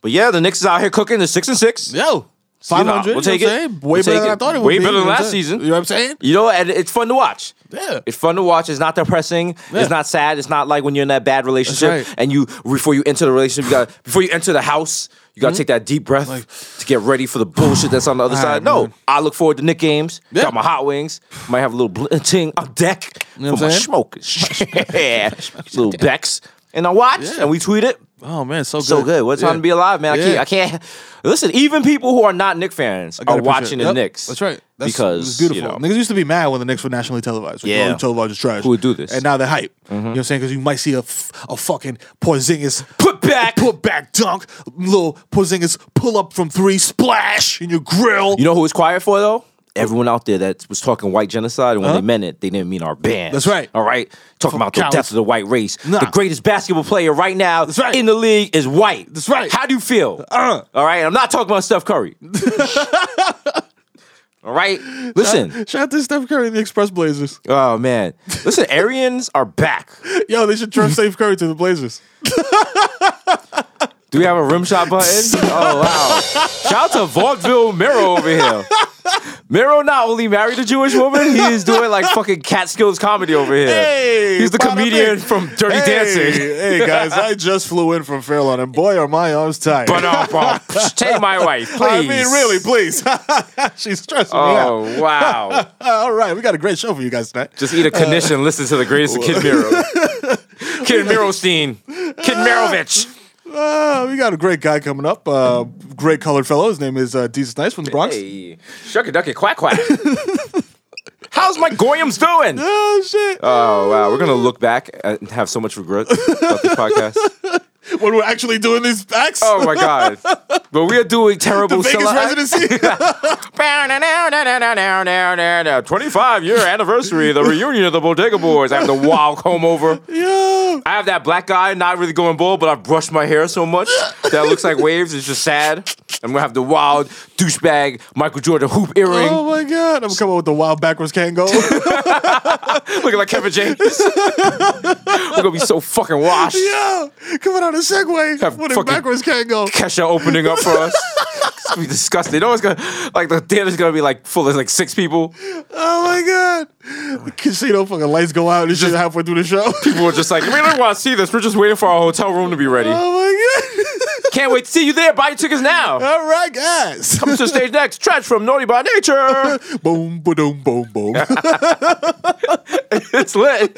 but yeah, the Knicks is out here cooking. The six and six.
Yo, five hundred.
we'll take
you know
it.
what I'm saying? Way better
We'll take
than I
it.
thought it would
Way
be.
better
you
than
know what
last
I'm saying?
season.
You know what I'm saying?
You know, and it's fun to watch.
Yeah.
It's fun to watch. It's not depressing.
Yeah.
It's not sad. It's not like when you're in that bad relationship
right.
and you before you enter the relationship, you got before you enter the house, you gotta take that deep breath
Mm-hmm. Like-
to get ready for the bullshit that's on the other
All
side.
right,
no,
man.
I look forward to Nick games.
Yeah.
Got my hot wings. Might have a little bl- ting on deck
know
for
what
my
I'm
smoke.
[laughs]
yeah, little becks, and I watch
Yeah.
and we tweet it.
Oh man, so good.
So good. What time
Yeah.
to be alive, man?
Yeah.
I can't. I can't. Listen, even people who are not Nick fans
gotta
are
appreciate
watching
it.
the
Yep,
Knicks.
That's right. That's
because
it's beautiful.
You know,
Niggas used to be mad when the Knicks were nationally televised. Like,
Yeah.
yeah, oh, televised is trash.
Who would do this?
And now they're hype. You know what I'm saying? Because you might see a, f- a fucking Porzingis
Put back.
put back dunk, little Porzingis pull up from three, splash in your grill.
You know who was quiet for though? Everyone out there that was talking white genocide, and when they meant it, they didn't mean our band.
That's right.
All right, talking about the
cowards.
death of the white race.
Nah.
The greatest basketball player right now
right.
in the league is white.
That's right.
How do you feel?
Uh.
All right, I'm not talking about
[laughs]
Steph Curry. All right, listen.
[laughs] Shout out to Steph Curry and the Express Blazers. [laughs]
Oh man, listen. Arians are back.
Yo, they should turn Steph Curry to the Blazers.
Do we have a rim shot button?
[laughs]
Oh wow! Shout out to Vaudeville Miro over here. Miro not only married a Jewish woman, he is doing like fucking Catskills comedy over here. He's the
bada
comedian
bing.
from Dirty
Hey,
Dancing.
hey guys,
[laughs]
I just flew in from Fairlawn, and boy, are my arms tight.
But uh, uh, take my wife, please.
I mean, really, please. [laughs] She's stressing me out.
Oh wow!
Uh, All right, we got a great show for you guys tonight.
Just eat a condition. listen to the greatest of Kid Miro,
[laughs]
Kid Mirostein, Kid Mirovich.
Uh, we got a great guy coming up. Uh, great colored fellow. His name is uh, Desus Nice from the Bronx.
Hey, shucky ducky quack quack. How's my goyams doing?
[laughs] Oh shit!
Oh wow, we're gonna look back and have so much regret about this podcast.
when we're actually doing these acts,
Oh my god, but we are doing
the
terrible.
Vegas
sellout- [laughs]
residency.
25 year anniversary, the reunion of the Bodega Boys. I have the wild comb over.
Yo,
I have that black guy, not really going bald, but I brushed my hair so much that it looks like waves. It's just sad. I'm gonna have the wild douchebag Michael Jordan hoop earring,
oh my god! I'm coming up with the wild backwards
[laughs]
Kango.
looking like Kevin James. We're gonna be so fucking washed.
[laughs] Yo, coming on a Segway
Have
with a
fucking-
backwards
[laughs]
Kango.
Kesha opening up for us. It's gonna be disgusting. No one's gonna like the theater's gonna be like full of like six people.
Oh my god! The casino fucking lights go out and shit halfway through the
[laughs]
show.
People are just like, we don't want to see this. We're just waiting for our hotel room to be ready.
[laughs] oh my god! [laughs]
Can't wait to see you there. Buy your tickets now.
All right, guys.
Come to stage next. Trash from Naughty by
[laughs]
Nature.
boom, boom, boom,
[laughs]
boom.
It's lit.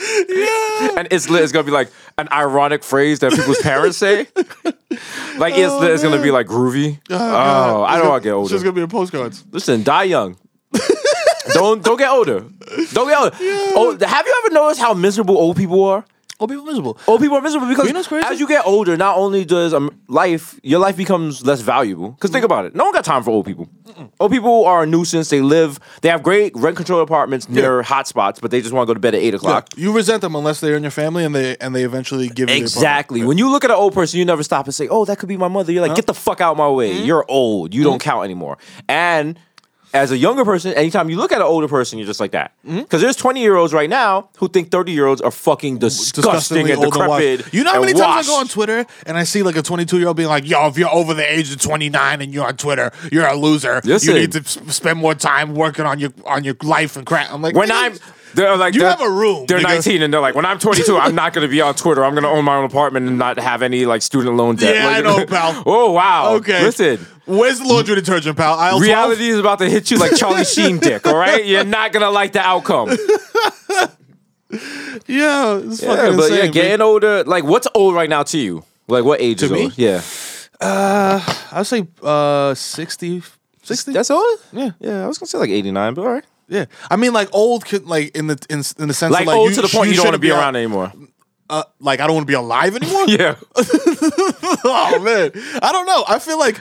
And it's lit is gonna be like an ironic phrase that people's parents say. Like
Oh,
it's lit is gonna be like groovy. Oh, I don't want to get
It's just
older.
gonna be in postcards.
Listen,
[laughs]
die young. don't don't get older. Don't get older. Oh, have you ever noticed how miserable old people are?
Oh, people miserable.
Old people are miserable because
You know what's crazy?
as you get older, not only does um, life your life becomes less valuable. Because think about it, no one got time for old people. Old people are a nuisance. They live. They have great rent control apartments near hot spots, but they just want to go to bed at eight o'clock.
You resent them unless they're in your family and they and they eventually give you their apartment.
Exactly. When you look at an old person, you never stop and say, "Oh, that could be my mother." You're like, "Get the fuck out my way.
Mm-hmm.
You're old. You don't count anymore." And as a younger person, anytime you look at an older person, you're just like that. Because
Mm-hmm.
there's 20 year olds right now who think 30 year olds are fucking disgusting
disgustingly
and
old and washed.
decrepit.
you know how
and
many times I go
washed.
on Twitter and I see like a 22 year old being like, "Yo, if you're over the age of 29 and you're on Twitter, you're a loser.
Listen.
You need to sp- spend more time working on your on your life and crap." I'm like,
when
"Nigga,
I'm they're like
You
they're-
have a room,
They're
nigga.
19 and they're like, when I'm 22, I'm not gonna be on Twitter. I'm gonna own my own apartment and not have any like student loan debt.
Yeah, I
Like- [laughs]
know, pal.
oh wow.
okay,
Listen.
where's the laundry detergent, pal? Aisle 12?
Reality is about to hit you like Charlie Sheen dick, all right? You're not gonna like the outcome.
Yeah, it's
Yeah,
fucking
but
insane.
yeah,
man.
getting older, like what's old right now to you? Like what age is
me?
old? Yeah.
I'd say uh, 60, 60.
That's old?
Yeah.
Yeah, I was gonna say like 89, but all right.
yeah. I mean, like old, could, like in the in, in the sense
Like,
of, like
old
you,
to the point you, don't want
shouldn't
to be
al- [laughs]
around anymore.
Uh, like I don't want to be alive
[laughs]
anymore.
Yeah.
[laughs] oh man, I don't know. I feel like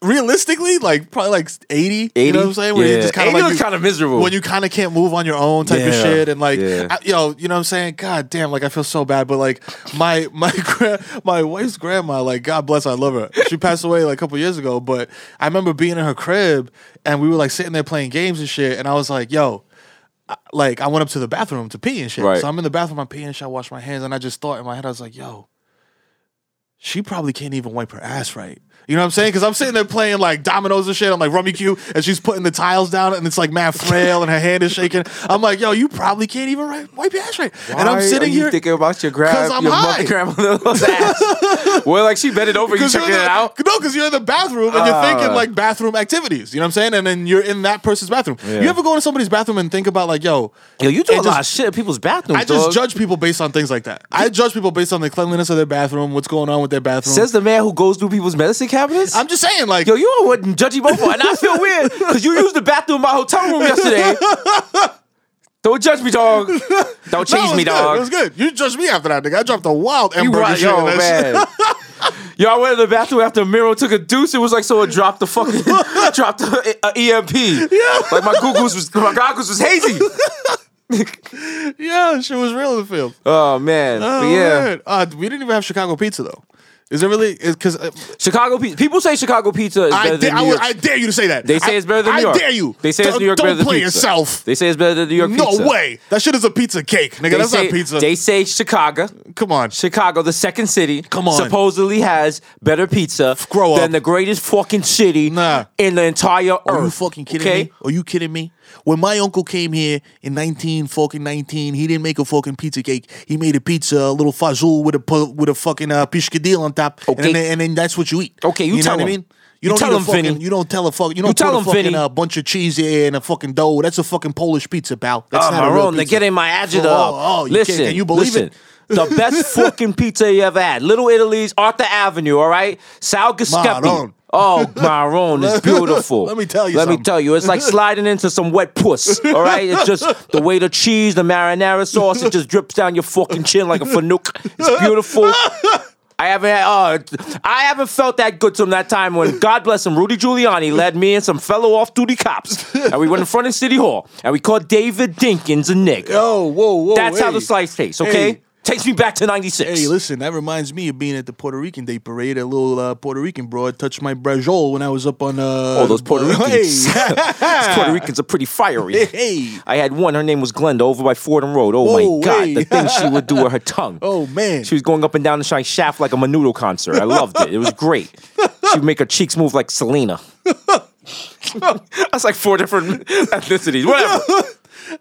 realistically, like probably like 80. You
80?
know what I'm saying? Where
Yeah.
you just kind
80
of like
was
you-
kinda miserable.
When you kind of can't move on your own type of
Yeah.
shit, and like,
Yeah.
I, yo, you know what I'm saying? God damn, like I feel so bad, but like my my [laughs] gra- my wife's grandma, like God bless, her, I love her. She passed away like a couple years ago, but I remember being in her crib and we were like sitting there playing games and shit, and I was like, yo. I- Like I went up to the bathroom to pee and shit.
Right.
So I'm in the bathroom, I'm peeing and shit. I wash my hands, and I just thought in my head, I was like, "Yo, she probably can't even wipe her ass right. You know what I'm saying? Because I'm sitting there playing like dominoes and shit. I'm like rummy cue, and she's putting the tiles down, and it's like mad frail, and her hand is shaking. I'm like, yo, you probably can't even ri- wipe your ass right. and I'm
Why
sitting
are you
here
thinking about your
'Cause
grandma,
I'm
your
high.
mother, grandmother's [laughs] ass. well, like she bent
[laughs]
it over, you
because you're
checking
in
it
the,
out. Ah.
No, because you're in the bathroom and you're thinking like bathroom activities. You know what I'm saying? And then you're in that person's bathroom. You ever go into somebody's bathroom and think about like, yo,
Yo, you do a
and
lot
just-
of shit in people's bathrooms.
I just
dog.
judge people based on things like that. I judge people based on the cleanliness of their bathroom, what's going on with their bathroom.
Says the man who goes through people's medicine cabinets.
I'm just saying, like,
Yo, you are what judgy mofo, and I
[laughs]
feel weird because you used the bathroom in my hotel room yesterday. Don't judge me, dog. Don't
No, it
chase
was
me,
good.
dog.
It was good. You judged me after that, nigga. I dropped a wild
You
hamburger
right,
shit.
yo,
in that shit.
man. [laughs] Yo, I went to the bathroom after Miro took a deuce. It was like someone dropped
[laughs]
the fucking dropped a, a EMP. Yeah. Like my googles was my goggles
[laughs]
was hazy.
[laughs] Yeah, shit was real in the film.
Oh man, but
Oh,
yeah.
man. Uh, we didn't even have Chicago pizza though. Is it really? Because uh,
Chicago pizza. People say Chicago pizza is better
I, da-
than
I,
New
would-
York.
I dare you to say that.
they say
I-
it's better than
I
New York.
dare you.
They say it's
Don't-
New York
Don't
better than
play
pizza.
yourself.
They say it's better than New York
No
pizza.
way. That shit is a pizza cake, nigga.
They
That's
say,
not pizza.
They say Chicago.
Come on.
Chicago, the second city,
Come on.
supposedly has better pizza
grow
than
up.
the greatest fucking city
Nah.
in the entire earth.
Are you fucking kidding
okay?
me? Are you kidding me? When my uncle came here in nineteen fucking nineteen, he didn't make a fucking pizza cake. He made a pizza, a little fazool with a pu- with a fucking uh, piscadille on top,
Okay.
and, then, and then that's what you eat.
Okay, you
know
tell
what I
him.
mean.
You
You, don't
tell
eat a
him,
fucking,
Finny.
You don't tell a fuck. You don't
tell
put
him,
a fucking
Finny.
uh, bunch of cheese there and a fucking dough. That's a fucking Polish pizza, pal. That's
Oh,
not a
my
real
own. They're
pizza.
getting my agita
Oh,
up.
oh, you
listen,
can't- can you believe
listen.
it?
the
[laughs]
best fucking pizza you ever had. Little Italy's Arthur Avenue, all right? Sal Gaskepi.
Maron.
Oh, Maron is
[laughs]
beautiful.
Let me tell you
Let me
something.
tell you. It's like sliding into some wet puss, all right? It's just the way the cheese, the marinara sauce, it just drips down your fucking chin like a fanook. It's beautiful. I haven't had, oh, I haven't felt that good till that time when God bless him, Rudy Giuliani led me and some fellow off-duty cops, and we went in front of City Hall, and we called David Dinkins a nigga.
Yo, Oh, whoa, whoa.
That's how
hey.
the slice tastes. Okay,
Hey.
takes me back to '96.
Hey, listen, that reminds me of being at the Puerto Rican Day Parade. A little uh, Puerto Rican broad touched my brajol when I was up on. Uh,
oh, those Puerto Ricans.
[laughs] Hey.
Those Puerto Ricans are pretty
[laughs]
fiery.
hey.
I had one. Her name was Glenda over by Fordham Road. Oh
Whoa,
my God,
hey.
the things she would do
[laughs]
with her tongue.
Oh, man.
she was going up and down the shine shaft like a menudo concert. I loved it. It was great. She'd make her cheeks move like Selena. That's like four different [laughs] ethnicities. Whatever.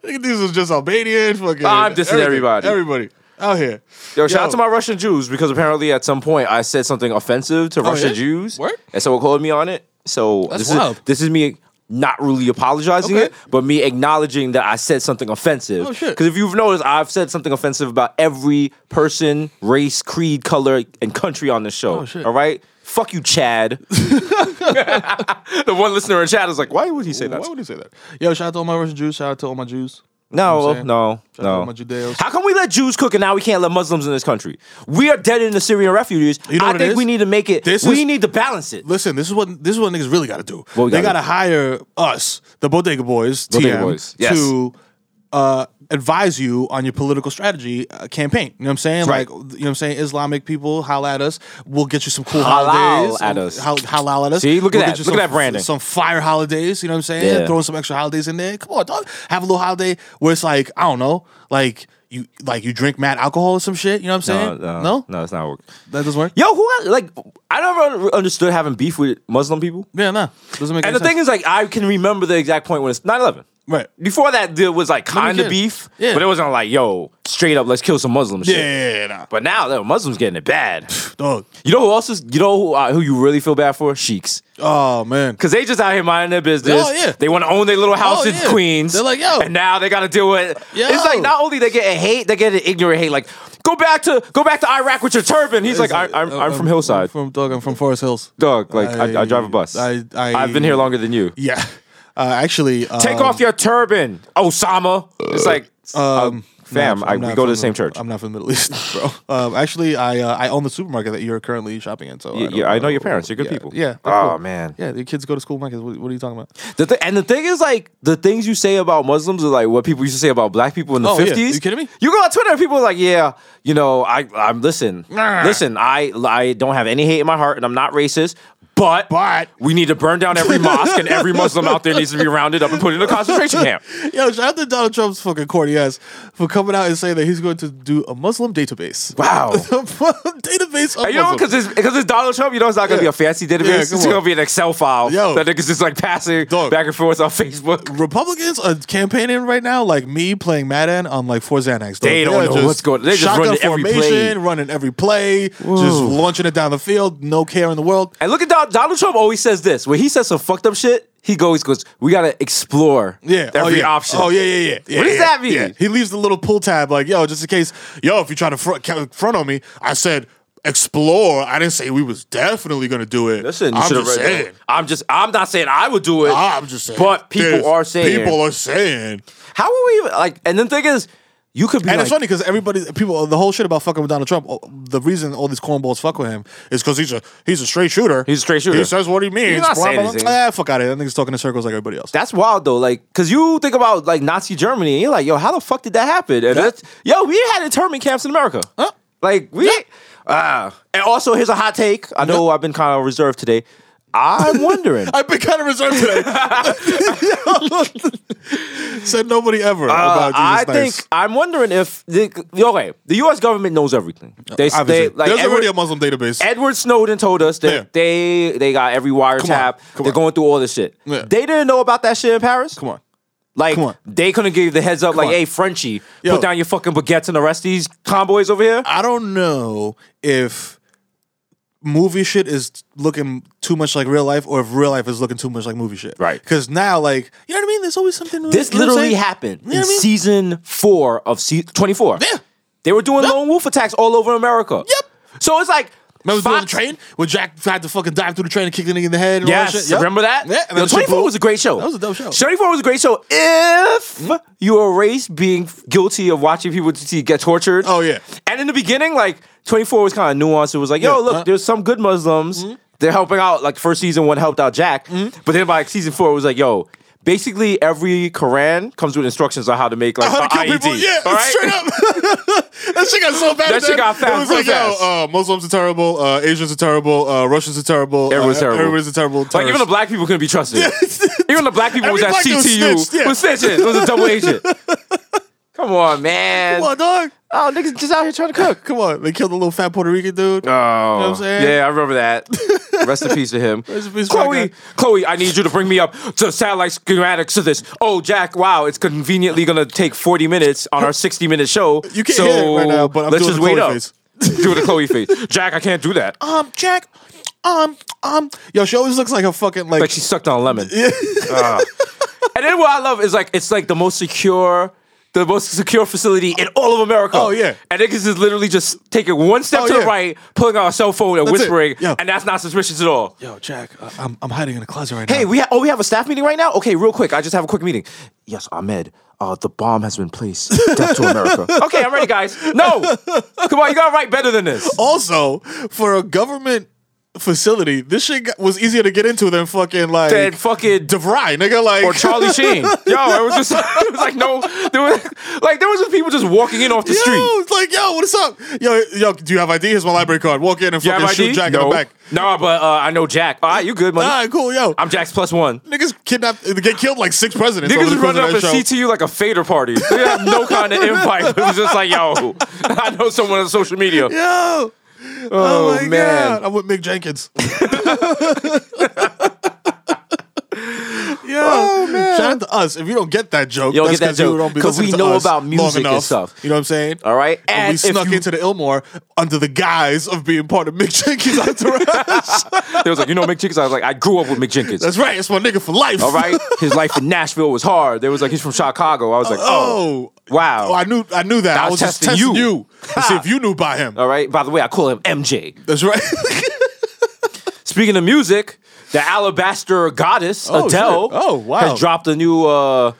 Look at these was just Albanian fucking.
I'm dissing
everything,
everybody.
Everybody out here.
Yo, shout out to my Russian Jews because apparently at some point I said something offensive to Russian
Oh, yeah?
Jews,
Word?
and someone called me on it. So
That's
this is
wild.
this is me not really apologizing
Okay.
it, but me acknowledging that I said something offensive.
Oh, shit.
Because if you've noticed, I've said something offensive about every person, race, creed, color, and country on this show.
Oh, shit.
All right. Fuck you,
[laughs]
Chad. [laughs] the one listener in Chad is like, why would he say that?
Why would you say that? Yo, shout out to all my Russian Jews. Shout out to all my Jews. You know what
No,
I'm saying?
no,
Shout out to all my
no.
Judeos.
How come we let Jews cook and now we can't let Muslims in this country? We are dead in the Syrian refugees.
You know
I
what it
think
is?
we need to make it.
This
we
is-
need to balance it.
Listen, this is what this is what niggas really got to do.
What we
they got
gotta
to hire us, the Bodega Boys,
Bodega
TM,
Boys, yes.
to uh, advise you on your political strategy uh, campaign. You know what I'm saying? Like,
Right.
you know what I'm saying? Islamic people, holla at us. We'll get you some cool
Halal
holidays.
at us.
Hol- halal at us.
See, look at
We'll
that.
get you
Look at
some-
that branding.
Some fire holidays. You know what I'm saying?
Yeah.
Throwing some extra holidays in there. Come on, dog. Have a little holiday where it's like I don't know, like. You like you drink mad alcohol or some shit, you know what I'm saying?
no,
No?
no, it's not work.
That doesn't work?
Yo, who got- like? I never understood having beef with Muslim people.
Yeah, no. Doesn't make
And
any
the thing
sense.
is, like, I can remember the exact point when it's 9-11.
Right.
Before that, there was like
me
kind of
kid.
beef,
Yeah.
but it wasn't like, yo, straight up, let's kill some Muslim shit.
Yeah, yeah, yeah, nah.
But now, the Muslims getting it bad.
Dog.
you know who else is? You know who, uh, who you really feel bad for? Sheiks.
Oh man.
Cause they just out here minding their business.
Oh, yeah.
They want to own their little house
Oh,
in
yeah.
Queens.
They're like, yo.
And now they gotta deal with
Yo.
It's like not only they get a hate, they get an ignorant hate. Like, go back to go back to Iraq with your turban. He's like, I, I'm, I'm from Hillside.
uh, I'm from dog. I'm from Forest Hills.
Dog, like I, I drive a bus.
I, I
have been here longer than you.
Yeah. Uh, actually,
Take
um,
off your turban, Osama. It's like um, Fam,
Nah,
I,
I'm
we
not
go
from
to the same church.
I'm not from the [laughs] Middle East, bro. um, actually, I uh, I own the supermarket that you're currently shopping in. So
Yeah,
don't
yeah, I know your parents. You're good
Yeah,
people.
Yeah. they're
Oh,
cool.
man.
Yeah, your kids go to school markets. What, what are you talking about?
The th- and the thing is, like, the things you say about Muslims are like what people used to say about black people in the
Oh, yeah.
50s.
You kidding me?
You go on Twitter and people are like, yeah, you know, I, I'm, listen,
Nah.
listen, I, I don't have any hate in my heart and I'm not racist. But,
But-
we need to burn down every mosque and every Muslim out there needs to be rounded up and put in a concentration camp.
[laughs] Yo, shout out to Donald Trump's fucking corny ass for coming out and saying that he's going to do a Muslim database. [laughs]
Wow.
database of
And you know,
Muslims.
because it's, 'cause it's Donald Trump, you know, it's not going to
Yeah.
be a fancy database.
Yeah,
it's
come
going to
on.
be an Excel file
Yo.
that niggas just like passing
Dog.
back and forth on Facebook.
Republicans are campaigning right now like me playing Madden on like four Xanax.
They don't
are
know what's going- they just
shotgun
running every play.
formation, running every play, just launching it down the field, no care in the world.
And look at Don- Donald Trump always says this. When he says some fucked up shit, he always goes, "We gotta explore
Yeah.
every
oh, yeah.
option."
Oh yeah, yeah, yeah. Yeah,
What does
yeah,
that mean?
yeah. He leaves the little pull tab like, yo, just in case, yo, if you're trying to front, ca- front on me, I said explore. I didn't say we was definitely gonna do it.
Listen, you
I'm
should have
just
read
saying.
that. I'm just. I'm not saying I would do it.
I'm just saying.
But people
There's-
are saying.
People are saying.
How are we even, like? And the thing is, you could be.
And
like,
it's funny because everybody, people, the whole shit about fucking with Donald Trump. oh, The reason all these cornballs fuck with him is because he's a he's a straight shooter.
He's a straight shooter.
He says what he means.
not saying anything.
Ah, fuck out of here. That nigga's talking in circles like everybody else.
That's wild though, like, cause you think about like Nazi Germany, and you're like, yo, how the fuck did that happen? And that's, yo, we had internment camps in America.
Huh?
Like we, ah. and also here's a hot take. I know I've been kind of reserved today.
[laughs]
I'm wondering.
I've been kind of reserved
[laughs]
today. [laughs] Said nobody ever
Uh,
about
I
Jesus Nice.
think I'm wondering if the okay, the U.S. government knows everything. They,
Uh, Obviously.
they like
There's
Edward,
already a Muslim database.
Edward Snowden told us that
Yeah.
they they got every wiretap.
come
They're
on.
going through all this shit.
Yeah.
They didn't know about that shit in Paris.
Come on.
Like
come on.
they couldn't give you the heads up. like,
on.
hey, Frenchie,
Yo. Uh,
put down your fucking baguettes and arrest these convoys over here.
I don't know if movie shit is looking too much like real life or if real life is looking too much like movie shit.
Right.
Because now, like, you know what I mean? There's always something. new.
This
You know what I'm
literally
saying?
happened
You know
in
what I mean?
season four of se- 24.
Yeah.
They were doing lone wolf attacks all over America.
Yep.
So it's like.
Remember
Fox-
doing the train when Jack had to fucking dive through the train and kick the nigga in the head? And all that
Yes,
shit? Yep.
remember that?
Yeah. and then
Yo,
the shit
24
blew-
was a great show.
That was a dope show.
24 was a great show if you erase being guilty of watching people to see get tortured.
Oh, yeah.
And in the beginning, like 24 was kind of nuanced. It was like, yo,
Yeah, Uh-huh. Mm-hmm.
look,
huh?
there's some good Muslims. They're helping out. Like first season one helped out Jack,
Mm-hmm.
but then by like, season four, it was like, yo. Basically, every Quran comes with instructions on how to make like
How
an
to kill
IED.
people? Yeah,
E all right?
straight up. [laughs] that shit got so bad.
That shit
then.
got
It
found
was
so
like,
fast.
yo, uh, Muslims are terrible. Uh, Asians are terrible. Uh, Russians are terrible.
Everyone's
uh,
terrible.
Everybody's a terrible.
Like even the
terrorist.
black people couldn't be trusted.
[laughs]
even the black people was
Every
at
black dude
CTU.
snitched, yeah.
Was snitching. Was a double
[laughs]
agent. Come on, man.
Come on, dog.
Oh, niggas just out here trying to cook.
Come on. They killed the little fat Puerto Rican dude.
Oh,
I'm saying?
yeah, I remember [laughs] that. Rest in peace to him.
Rest in peace,
Chloe,
Jack.
Chloe, I need you to bring me up to satellite schematics of this. Oh, Jack, wow, it's conveniently gonna take 40 minutes on our 60 minute show.
You can't
so
hear it right now, but I'm
let's
doing
just
the
wait
Chloe
up.
face.
Do the
[laughs]
Chloe face. Jack, I can't do that.
Um, Jack. Um, um. Yo, she always looks like a fucking like.
like she sucked on a lemon. Ah. and then what I love is like it's like the most secure, the most secure facility in all of America.
Oh, yeah.
and niggas is literally just taking one step
Oh,
to the
yeah.
right, pulling out a cell phone and
That's it.
whispering,
Yo.
and that's not suspicious at all.
yo, Jack. Uh, I'm I'm hiding in a closet right
Hey,
now.
we ha- oh we have a staff meeting right now. Okay, real quick, I just have a quick meeting. Yes, Ahmed. Uh, the bomb has been placed. Death to America. [laughs] okay, I'm ready, guys. No, come on, you gotta write better than this.
Also, for a government facility, this shit got, was easier to get into than fucking like
Then fucking
DeVry, nigga. Like
or
[laughs]
Charlie Sheen. Yo, it was just [laughs] it was like no, there was like there was just people just walking in off the
Yo,
street.
it's like, yo, what is up? Yo, yo, do you have ID? Here's my library card. Walk in and
You have
fucking shoot
ID?
Jack
no.
in the back.
Nah, but uh, I know Jack. All right, you good,
All
money.
right, cool, yo.
I'm Jack's plus one.
Niggas kidnapped, they get killed like six presidents.
Niggas
over
is
the course
running
of
up
that
a
show.
CTU like a fader party. They have no kind of invite. [laughs] It was just like, yo, I know someone on social media.
[laughs] Yo. Oh, my
man.
God. I'm with Mick Jenkins. [laughs] yo. Shout out to us. If you don't get that joke,
Oh, You don't
that's
get that
'cause you
joke,
don't be
'cause we
listening to
know
us
about
long
music and
enough.
stuff.
You know what I'm saying?
All right,
And,
and
we
if
snuck
you-
into the Ilmore under the guise of being part of Mick Jenkins'
[laughs]
entourage.
They was like, you know, Mick Jenkins. I was like, I grew up with Mick Jenkins.
That's right. It's my nigga for life.
All right, his life in Nashville was hard. There was like, he's from Chicago. I was like, oh,
Oh.
wow.
Oh, I knew. I knew that. I
I was
was just
testing
testing
you.
you to see if you knew by him.
All right. By the way, I call him MJ.
That's right. [laughs]
Speaking of music, the Alabaster Goddess
Oh,
Adele
shit. Oh, wow.
has dropped a new uh,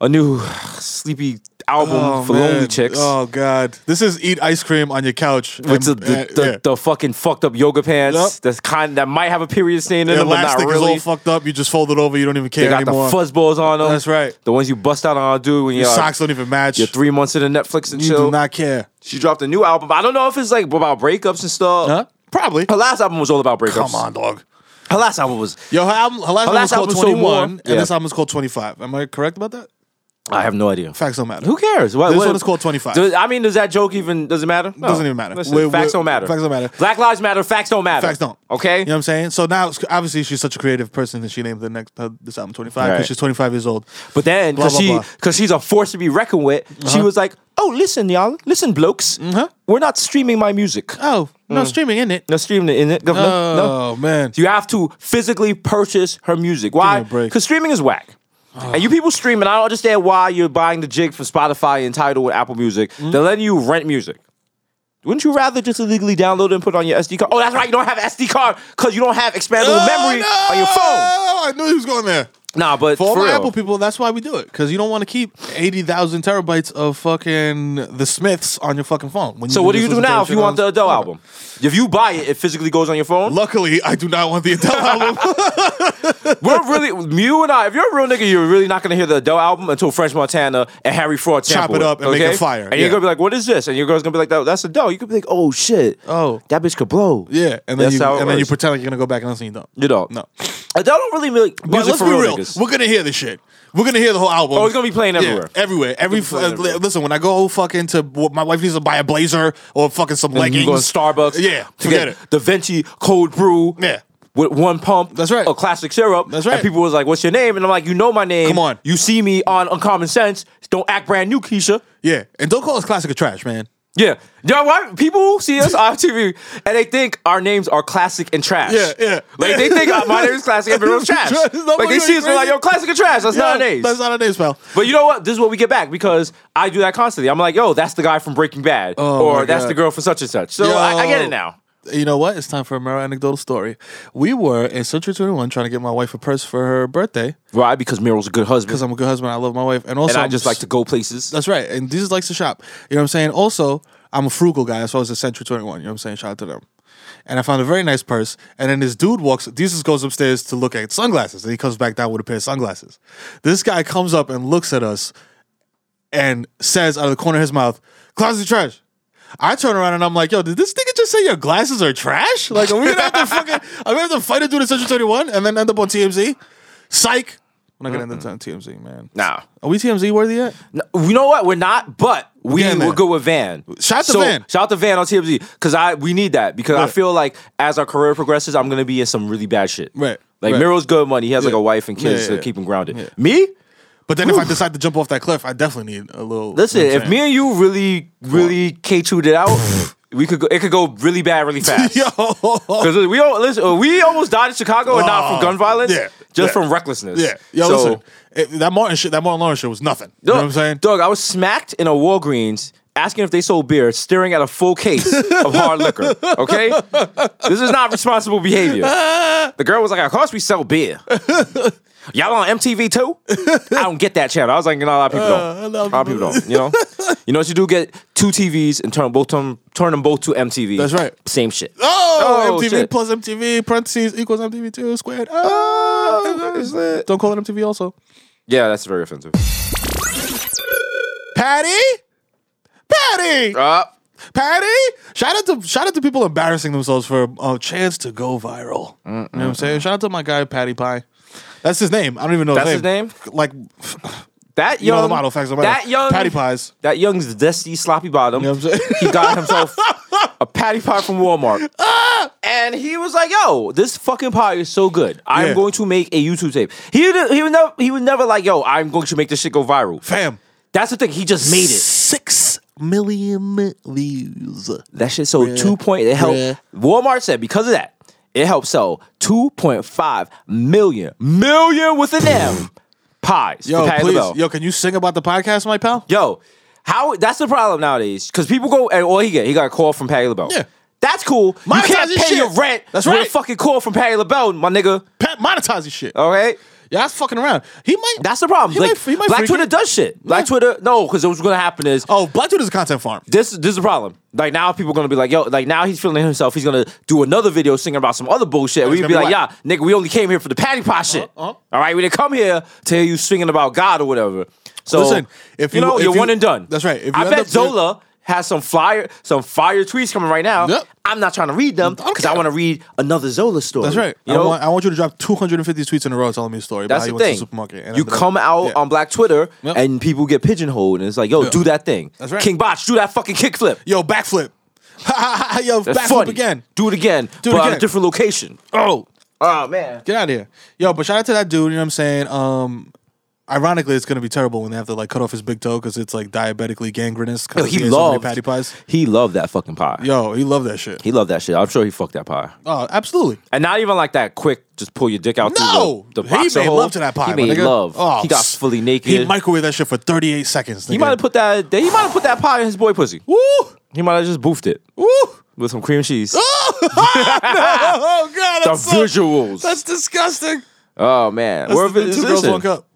a new sleepy album for lonely
man.
chicks.
Oh god, this is eat ice cream on your couch.
With the,
and-
the,
and-
the,
eh, yeah.
the fucking fucked up yoga pants
Yup.
that's kind that might have a period stain in
The
them, but not
elastic is
really.
all fucked up. You just fold it over. You don't even care
they got
anymore.
the fuzzballs on them.
That's right.
The ones you bust out on, dude. When
Your
you're,
socks don't even match.
you're three months into Netflix and
you
chill.
do not care.
she dropped a new album. I don't know if it's like about breakups and stuff.
Huh? Probably.
Her last album was all about breakups.
Come on, dog.
Her last album was.
Yo, her, album, her last
Her
album
last
was called
album was so
21,
warm.
and
Yeah.
this album is called 25. Am I correct about that?
I have no idea.
Facts don't matter.
Who cares? What,
This
what-
one is called 25.
Does- I mean, does that joke even does it matter? No.
Doesn't even matter.
Listen,
We're-
facts
we're-
don't matter.
facts don't matter.
Black lives matter. Facts don't matter.
Facts don't.
Okay.
You know what I'm saying? So now, obviously, she's such a creative person that she named the next her, this album 25 because
Right.
she's 25 years old.
But then,
Blah,
because
blah, Uh-huh.
she,
blah.
because she's a force to be reckoned with, she was like, "Oh, listen, y'all, listen, blokes,
Mm-hmm.
we're not streaming my music.
Oh, no streaming in it.
No streaming in it, governor.
Oh
no,
man,
you have to physically purchase her music. Why?
a break. Ah.
Because streaming is whack." And you people stream, and I don't understand why you're buying the jig from Spotify and Tidal and Apple Music.
Hmm?
They're letting you rent music. Wouldn't you rather just illegally download it and put it on your SD card? Oh, that's right, you don't have SD card because you don't have expandable memory
Oh,
on your phone.
no! I knew he was going there.
Nah, but
For all
for
my
real.
Apple people, that's why we do it because you don't want to keep eighty thousand terabytes of fucking the Smiths on your fucking phone. When
So what do you
just
do
listen to
now
that
if
shit
you want the
on-
Adele album? If you buy it, it physically goes on your phone.
Luckily, I do not want the [laughs] Adele album.
We're really you and I. If you're a real nigga, you're really not gonna hear the Adele album until French Montana and Harry Fraud
Chop
sample
it up and make it
okay?
fire,
And
yeah.
you're gonna be like, "What is this?" And your girl's gonna be like, "That- "That's Adele." You could be like, "Oh shit,
Oh.
that bitch could blow."
yeah, and then
That's
you
how it
and then you
works.
pretend like you're gonna go back and listen. You don't.
You don't.
No.
Adele don't really make music
But let's
for
be
real,
real.
niggas.
We're gonna hear this shit. We're gonna hear the whole album.
Oh, it's gonna be playing
Yeah,
everywhere.
everywhere. Every
It's gonna be playing
uh,
everywhere.
listen. When I go fucking to my wife needs to buy a blazer or fucking some
And
leggings.
You go to Starbucks.
Yeah,
to get
forget it.
Da Vinci cold brew.
Yeah.
With one pump.
That's right.
Or classic syrup.
That's right.
And people was like, "What's your name?" And I'm like, "You know my name.
Come on.
You see me on Uncommon Sense. Don't act brand new, Keisha."
Yeah, and don't call us classic or trash, man.
Yeah. You know what? People see us on [laughs] TV and they think our names are classic and trash.
Yeah, yeah.
Like they think uh, my name
[laughs]
is classic and everyone's trash.
Trash. No,
like they
you
see us and they're like,
crazy.
yo, classic and trash. That's not our
Yeah,
names.
That's not our names, pal.
but you know what? This is what we get back because I do that constantly. I'm like, yo, that's the guy from Breaking Bad.
Oh my
or that's
God.
the girl from such and such. So I, I get it
Yo.
now.
You know what? It's time for a Mero anecdotal story. We were in Century 21 trying to get my wife a purse for her birthday
Why? Because Meryl's a good husband.
because I'm a good husband. I love my wife. And also,
and I
I'm
just like to go places.
That's right. And Jesus likes to shop. You know what I'm saying? Also, I'm a frugal guy. That's why I was at Century 21. You know what I'm saying? Shout out to them. And I found a very nice purse. And then this dude walks, Jesus goes upstairs to look at sunglasses. And he comes back down with a pair of sunglasses. This guy comes up and looks at us and says out of the corner of his mouth, glasses are trash. I turn around and I'm like, yo, did this nigga just say your glasses are trash? Like, are we gonna have to fucking, are we gonna have to fight a dude at Century 21 and then end up on TMZ? Psych. We're not gonna end up on TMZ, man.
Nah.
Are we TMZ worthy yet?
You know what? We're not, but we
getting
will
there.
go with Van.
Shout out to
So,
Van.
Shout out to Van on TMZ because I we need that because I
Right.
feel like as our career progresses, I'm gonna be in some really bad shit.
Right,
Like
right.
Miro's good money. He has like
Yeah.
a wife and kids
Yeah, yeah,
to
yeah.
keep him grounded.
Yeah.
Me?
But then if I decide to jump off that cliff, I definitely need a little.
Listen,
you know what
if
I'm
me and you really, really K2'd it out, [laughs] we could go, it could go really
[laughs]
bad really fast. [laughs]
saying? yo,
Because we all listen, we almost died in Chicago and not from
Oh,
gun violence,
yeah,
just
yeah.
from recklessness.
yeah, yo,
So-
listen, It- that Martin shit, that Martin Lawrence shit was nothing. You know what I'm saying?
Doug, I was smacked in a Walgreens asking if they sold beer, staring at a full case of hard liquor. Okay? This is not responsible behavior. The girl was like, Of course we sell beer. Y'all on MTV too? I don't get that channel. I was like, no, a lot of people
Uh, a
don't.
lot
a
of
lot of people don't. You know, you know what you do? Get two TVs and turn both turn, turn them both to MTV.
That's right.
Same shit.
Oh,
Oh,
MTV
shit.
plus MTV parentheses equals MTV two squared. Oh,
it's lit.
don't call it MTV. Also,
Yeah, that's very offensive.
Patty, Patty,
Uh,
Patty. Shout out to shout out to people embarrassing themselves for a, a chance to go viral. You know what I'm saying? Shout out to my guy Patty Pie. That's his name. I don't even know
That's his
Like
that
you
young
know the model facts. don't matter.
That young
Patty Pies.
That young zesty sloppy bottom.
You know what I'm saying?
he
[laughs]
got himself a patty pie from Walmart.
Ah!
and he was like, "Yo, this fucking pie is so good. I'm
Yeah.
going to make a YouTube tape." He would, he would never he was never like, "Yo, I'm going to make this shit go viral."
Fam.
That's the thing. He just made it.
Six million views.
That shit sold two point. It helped.
Bruh.
Walmart said because of that, it helped sell two point five million million with an M pies.
Yo,
for Patty
please.
LaBelle.
Yo, can you sing about the podcast, my pal?
Yo, how that's the problem nowadays. Cause people go and all he get, he got a call from Patty LaBelle.
Yeah.
That's cool. You
Monetize
can't
this
pay
shit.
your rent.
That's
with a
right.
fucking call from Patty LaBelle, my nigga.
Pat, monetize your shit.
All right.
Y'all fucking around. He might.
That's the problem.
He
like
might- he might
Black
freak
Twitter
it.
does shit. Black Twitter, no, because what's gonna happen is
Oh, Black Dude is a content farm.
this this is the problem. Like now people gonna be like, yo, like now he's feeling himself. He's gonna do another video singing about some other bullshit. We'd
gonna
be
be
like, yeah,
whack.
nigga, we only came here for the patty pot shit.
uh-huh.
All right, we didn't come here to hear you singing about God or whatever. So
Listen, if
you,
you-
know,
if
you're
you-
one and done.
that's right. If you
I
end
bet
up doing-
Zola has some flyer, some fire tweets coming right now.
Yep.
I'm not trying to read them
don't
because I
care.
want to read another Zola story.
That's right.
You
I
know?
want I want you to drop 250 tweets in a row telling me a story about
That's
how you went
the
to
thing.
the supermarket. and
you
ended up-
come out
Yeah.
on Black Twitter
Yep.
and people get pigeonholed, and it's like, yo, do that thing.
That's right.
King Botch, do that fucking kickflip.
Yo, backflip. [laughs] Yo,
That's
backflip
funny.
again.
Do it again.
Do it
but on a
again.
different location.
Oh,
Oh man.
get out of here. Yo, but shout out to that dude. You know what I'm saying? Um, ironically, it's gonna be terrible when they have to like cut off his big toe because it's like diabetically gangrenous. 'cause
Yo, he
ate so many
loved
patty pies.
He loved that fucking pie.
Yo, he loved that shit.
He loved that shit. I'm sure he fucked that pie.
Oh, absolutely.
And not even like that quick, just pull your dick out
No,
through the, the
he
boxer
made
hole.
love to that pie.
He
my
made
nigga.
love.
Oh,
he got
s-
fully naked.
He microwaved that shit for 38 seconds.
He might have put that. He might have put that pie in his boy pussy.
Woo! [laughs]
He might have just boofed it
Woo!
with some cream cheese.
Oh god,
the
that's so-
visuals.
That's disgusting.
oh man,
That's
Where
the,
if it's-
two girls
listen.
one cup.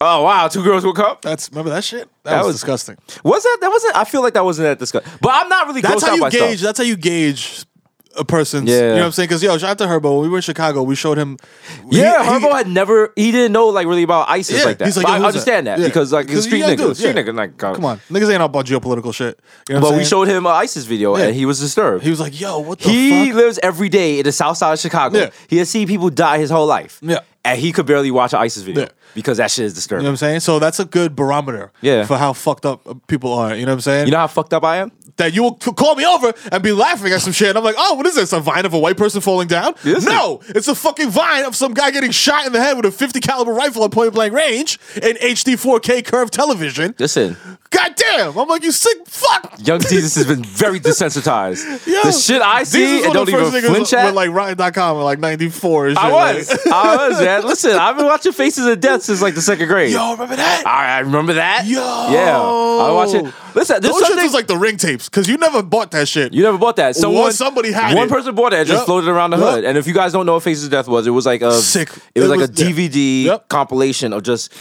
Oh wow, two girls one cup.
That's remember that shit. That,
That
was,
was-
disgusting.
Was that? That wasn't. I feel like that wasn't that disgusting. But I'm not really.
That's
grossed
how
out
you
by stuff.
gauge. That's how you gauge a person's. You
Yeah.
know what I'm saying? Because yo, shout out to Herbo. When we were in Chicago, we showed him.
Yeah,
he- he-
Herbo had never. He didn't know like really about ISIS
Yeah,
like that.
he's like,
But
yo,
I
who's that?
understand that,
Yeah.
because like
Because
he's street
you gotta
nigga,
do it,
street
yeah.
nigga, like uh,
Come on, niggas ain't all about geopolitical shit. You know what
But
I'm
we
saying?
showed him an ISIS video
Yeah.
and he was disturbed.
He was like, "Yo, what the
He
fuck?"
lives every day in the south side of Chicago.
Yeah.
He has seen people die his whole life.
Yeah.
And he could barely watch an ISIS video
Yeah.
because that shit is
You
disturbing.
know what I'm saying? So that's a good barometer.
Yeah.
For how fucked up uh, people are. You know what I'm saying?
You know how fucked up I am?
that you will c- call me over and be laughing at some shit. And I'm like, oh, what is this? A vine of a white person falling down?
Yes.
No, it's a fucking vine of some guy getting shot in the head with a 50 caliber rifle at point blank range in HD 4K curved television.
Listen,
God damn! I'm like, you sick fuck. [laughs]
young Jesus has been very desensitized.
Yo,
the shit I
these
see
is one
and
of
don't
the
even
first niggas
flinch at.
With like Rotten.com in like 94 and shit.
I was.
[laughs] Like,
I was, man. Listen, I've been watching Faces of Death since like the second grade.
Yo, remember that?
I, I remember that.
Yo.
yeah, I watch it. Listen, there's
Those shits
something
was like the ring tapes because you never bought that shit.
you never bought that. Someone,
somebody had
one
it.
person bought it. It just
Yep.
floated around the
Yep.
hood. And if you guys don't know what Faces of Death was, it was like a
Sick.
It was
It
like
was-
a
yeah.
DVD
Yep.
compilation of just.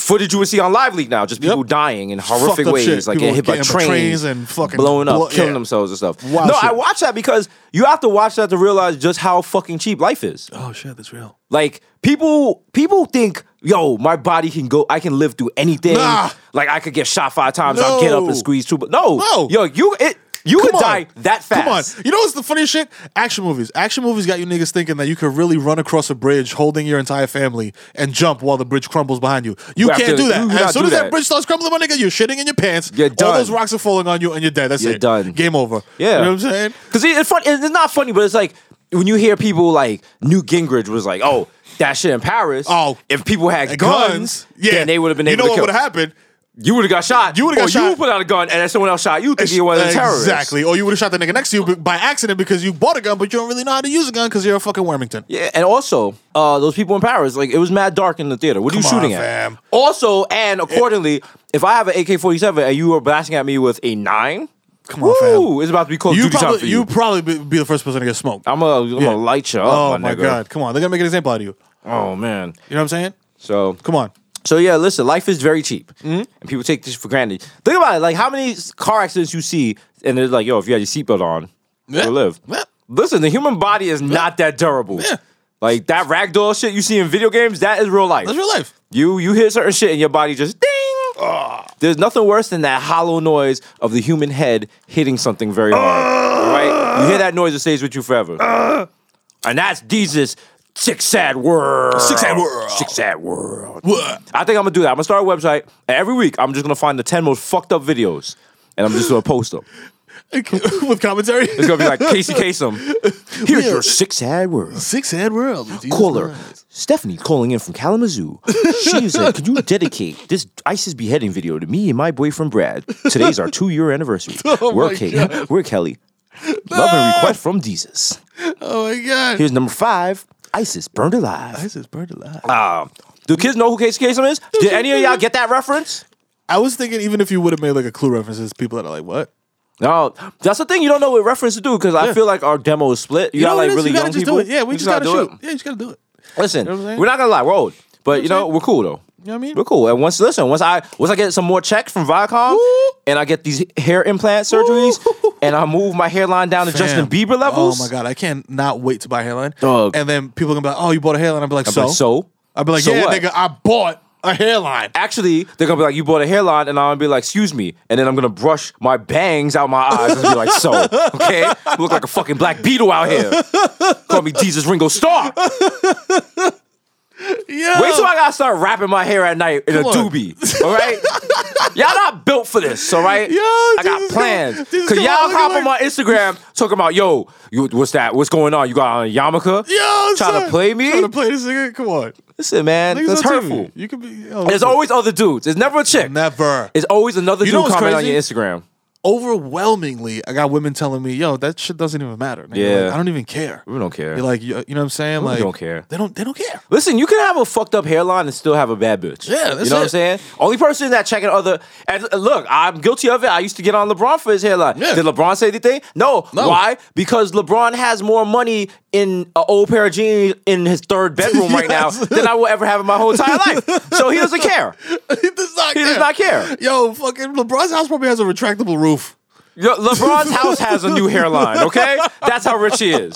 Footage you would see on Live Leak now, just people
Yep.
dying in
Fucked
horrific
up
ways,
shit. People
like getting hit by
getting hit by
trains,
trains and fucking
blowing up,
blow-
killing
yeah.
themselves and stuff.
Wild
no,
shit.
I watch that because you have to watch that to realize just how fucking cheap life is.
Oh shit, that's real.
Like people, people think, yo, my body can go. I can live through anything.
Nah.
Like I could get shot five times. I'll get up
No.
and squeeze two. But no,
No.
yo, you it. You
Come
would
on.
die that fast.
Come on. You know what's the funniest shit? Action movies. Action movies got you niggas thinking that you could really run across a bridge holding your entire family and jump while the bridge crumbles behind you. You
have
can't
to-
do that.
you
As
cannot
soon
do
as that.
that.
bridge starts crumbling, my nigga, you're shitting in your pants.
You're
All
done.
those rocks are falling on you and you're dead. That's
You're
it.
done.
Game over. You
Yeah,
know what I'm saying?
Because it's fun. It's not funny, but it's like when you hear people like Newt Gingrich was like, "Oh, that shit in Paris.
Oh.
if people had
And
guns,
Yeah.
then they would have been
You
able
know
to
what
kill.
would have happened?
You would have got shot.
You would've got
Or
shot.
You put out a gun and then someone else shot you, thinking you were a terrorist.
Exactly. Or you would have shot that nigga next to you by accident because you bought a gun, but you don't really know how to use a gun because you're a fucking Wormington.
Yeah, and also uh, those people in Paris, like it was mad dark in the theater. What are you
Come on,
shooting at?
fam.
Also, and accordingly, if I have an AK forty seven and you are blasting at me with a nine,
Come on,
woo,
fam.
it's about to be called
You
duty time for
probably,
you.
you probably be, be the first person to get smoked.
I'm gonna I'm gonna light you up,
Oh my
nigga.
god! Come on, they're gonna make an example out of you.
Oh man.
You know what I'm saying?
So
Come Mm-hmm. on.
So yeah, listen, life is very cheap, and people take this for granted. Think about it, like how many s- car accidents you see, and they're like, "Yo, if you had your seatbelt on,
Yeah.
you'll live."
Yeah.
Listen, the human body is not that durable.
Yeah.
Like that ragdoll shit you see in video games, that is real life.
That's real life. [laughs]
You you hear certain shit and your body just ding.
Ah.
There's nothing worse than that hollow noise of the human head hitting something very hard.
Ah.
right? You hear that noise, it stays with you forever. and that's Jesus six sad world.
Six sad world.
Six sad world.
Wha-
I think I'm gonna do that. I'm gonna start a website. And every week, I'm just gonna find the 10 most fucked up videos. And I'm just gonna post them.
With commentary.
It's gonna be like
[laughs]
Casey Kasem. Here's your six sad world.
Six head
[laughs]
world. Jesus
Caller
Christ.
Stephanie calling in from Kalamazoo.
[laughs]
She said, "Could you dedicate this ISIS beheading video to me and my boyfriend Brad? Today's our
[laughs]
two-year anniversary. we're
Oh my
Kate.
God.
We're Kelly. Love and request from Jesus.
Oh my god.
Here's number five: ISIS burned alive.
This is burned alive.
Um, do kids know who Casey Kasem is? Did any of y'all get that reference?
I was thinking even if you would have made like a clue references, people that are like, what?
No, that's the thing. You don't know what reference to do because I feel like our demo is split. You, got
know what
like
it is?
really
you gotta
young
just
people.
Do it. Yeah, we, just gotta,
gotta
shoot. Yeah, you just gotta do it.
Listen,
what I'm saying?
we're not gonna lie, we're old. But you know, we're cool though. You
know what I mean?
We're cool. And once listen, once I once I get some more checks from Viacom
Ooh.
and I get these hair implant surgeries
Ooh.
and I move my hairline down to Justin
Fam.
Bieber levels.
Oh my god, I can't not wait to buy a hairline.
Dog.
And then people are gonna be like, "Oh, you bought a hairline." I'll be like,
I'd be
"So?"
like, so?
I'll be like,
So
"Yeah,
what?"
nigga, I bought a hairline."
Actually, they're gonna be like, "You bought a hairline," and I'm gonna be like, "Excuse me," and then I'm gonna brush my bangs out my eyes and be like, "So, okay, look like a fucking black beetle out here." Call me Jesus Ringo Starr.
Yeah.
Wait till I gotta start wrapping my hair at night in a
on.
doobie. All
[laughs]
right, y'all not built for this. All right,
Yo,
I got
Jesus
plans
Christ. Jesus
because
Christ,
y'all
look
cop
like-
on my Instagram talking about, "Yo, you, what's that? What's going on? You got on a yarmulke?
Yo,
trying
son.
to play me?
Trying to play this nigga? Come on.
Listen, man,
Niggas
that's
on TV.
hurtful.
You could be. Yo,
There's always other dudes. It's never a chick.
never.
It's always another
You know
dude
what's
comment on
crazy?
your Instagram.
Overwhelmingly, I got women telling me, "Yo, that shit doesn't even matter." nigga.
Yeah.
Like, I don't even care.
We don't care.
You're like, you, you know what I'm saying? like,
don't care.
They don't. They don't care.
Listen, you can have a fucked up hairline and still have a bad bitch.
Yeah, that's
you know what
it.
I'm saying. Only person that checking other and uh, look, I'm guilty of it. I used to get on LeBron for his hairline.
Yeah.
Did LeBron say anything? No.
No.
Why? Because LeBron has more money in an old pair of jeans in his third bedroom
[laughs]
right now
Yes.
than I will ever have in my
[laughs]
whole entire life. So he doesn't care.
[laughs] he does not.
He
care.
does not care.
Yo, fucking LeBron's house probably has a retractable roof.
Yo, LeBron's house has a new hairline. Okay, that's how rich he is.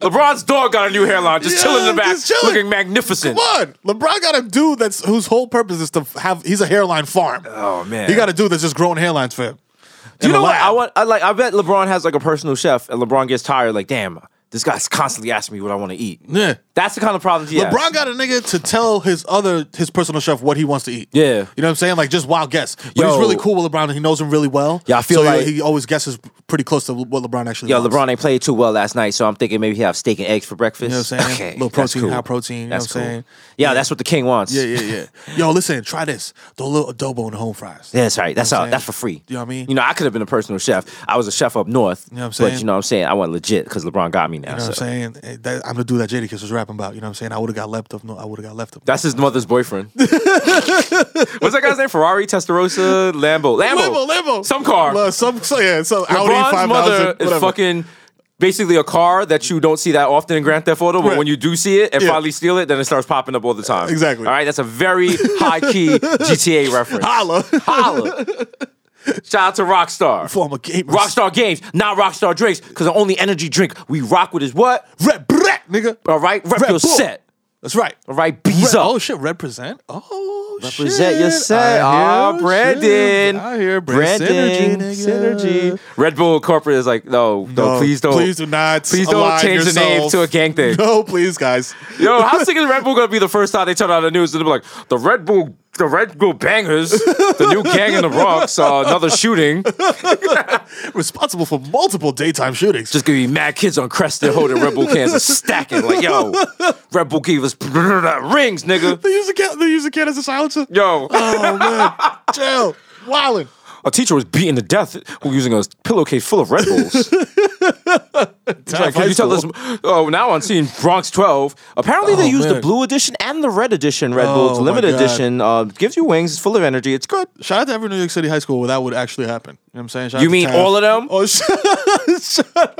LeBron's dog got a new hairline, just
Yeah,
chilling in the back,
just chilling.
looking magnificent.
Come on, LeBron got a dude that's whose whole purpose is to have. He's a hairline farm.
Oh, man.
he got a dude that's just growing hairlines for him.
Do
In
you
a
know what
lab.
I want? I like. I bet LeBron has like a personal chef, and LeBron gets tired. Like, damn, this guy's constantly asking me what I want to eat.
Yeah.
That's the kind of problem he has.
LeBron got a nigga to tell his other his personal chef what he wants to eat.
Yeah.
you know what I'm saying? Like just wild guess. But he's
Yo.
really cool with LeBron. and He knows him really well.
Yeah, I feel
so he-
like-
he always guesses pretty close to what LeBron actually.
Yo,
wants.
LeBron ain't played too well last night, so I'm thinking maybe he have steak and eggs for breakfast.
You know what I'm saying?
Okay,
Little
that's
protein, high protein, you know
That's
what I'm saying?
Yeah, that's what the king wants.
Yeah, yeah, yeah. Yo, listen, try this. The little adobo and the home fries.
Yeah, [laughs] that's right. That's
what
all.
I'm
That's for
saying?
free.
You know what I mean?
You know, I could have been a personal chef. I was a chef up north. You
know what I'm
But
saying?
you know what I'm saying? I went legit because LeBron got me now.
You know
so.
what I'm saying? Eh, That, I'm the dude that Jadakiss was rapping about. You know what I'm saying? I would have got left of. No, I would have got left of.
That's his mother's
[laughs]
boyfriend. What's that guy's name? Ferrari, Testarossa, Lambo. Lambo. Some car.
Uh, some, so, yeah, some Audi
LeBron's
5000.
mother is
whatever.
fucking basically a car that you don't see that often in Grand Theft Auto, but
Right.
when you do see it and
Yeah.
finally steal it, then it starts popping up all the time.
Exactly.
All right, that's a very high key
[laughs]
GTA reference.
Holla. [laughs]
Holla. Shout out to Rockstar.
Former gamers.
Rockstar Games, not Rockstar Drinks, because the only energy drink we rock with is what?
Red Brat, nigga.
All right, rep
Red
your
Bull.
set.
That's right.
All right, bees
Red-
up.
Oh, shit. Represent? Oh,
Represent
shit.
your
I
set. Ah,
hear,
Brandon.
Shit. I hear Brandon.
Brandon.
Synergy, nigga.
Red Bull Corporate is like, no, no,
No,
please don't.
Please do not.
Please don't
align
change the name
yourself.
to a gang thing.
[laughs] No, please, guys.
Yo, how sick is Red Bull gonna be the first time they turn on the news and they're like, the Red Bull, the Red Bull bangers, the new gang in the Bronx, uh, another shooting.
Responsible for multiple daytime shootings.
Just gonna be mad kids on Creston holding Red Bull cans and stacking like, yo, Red Bull gave us rings, nigga.
[laughs] they use the cat. They use the cat as a
[laughs]
silencer.
Yo,
Oh man, jail, wildin'.
a teacher was beaten to death while using a pillowcase full of Red Bulls. It's
high
like, can you tell us?
school.
Oh, now I'm seeing Bronx 12. Apparently, they
Oh,
use the
man.
blue edition and the red edition Red
Oh,
Bulls,
my
limited
God.
edition. Uh, gives you wings. It's full of energy. It's good.
Shout out to every New York City high school where that would actually happen. You know what I'm saying? Shout out
You
to
mean
Taft.
all of them?
Oh, sh-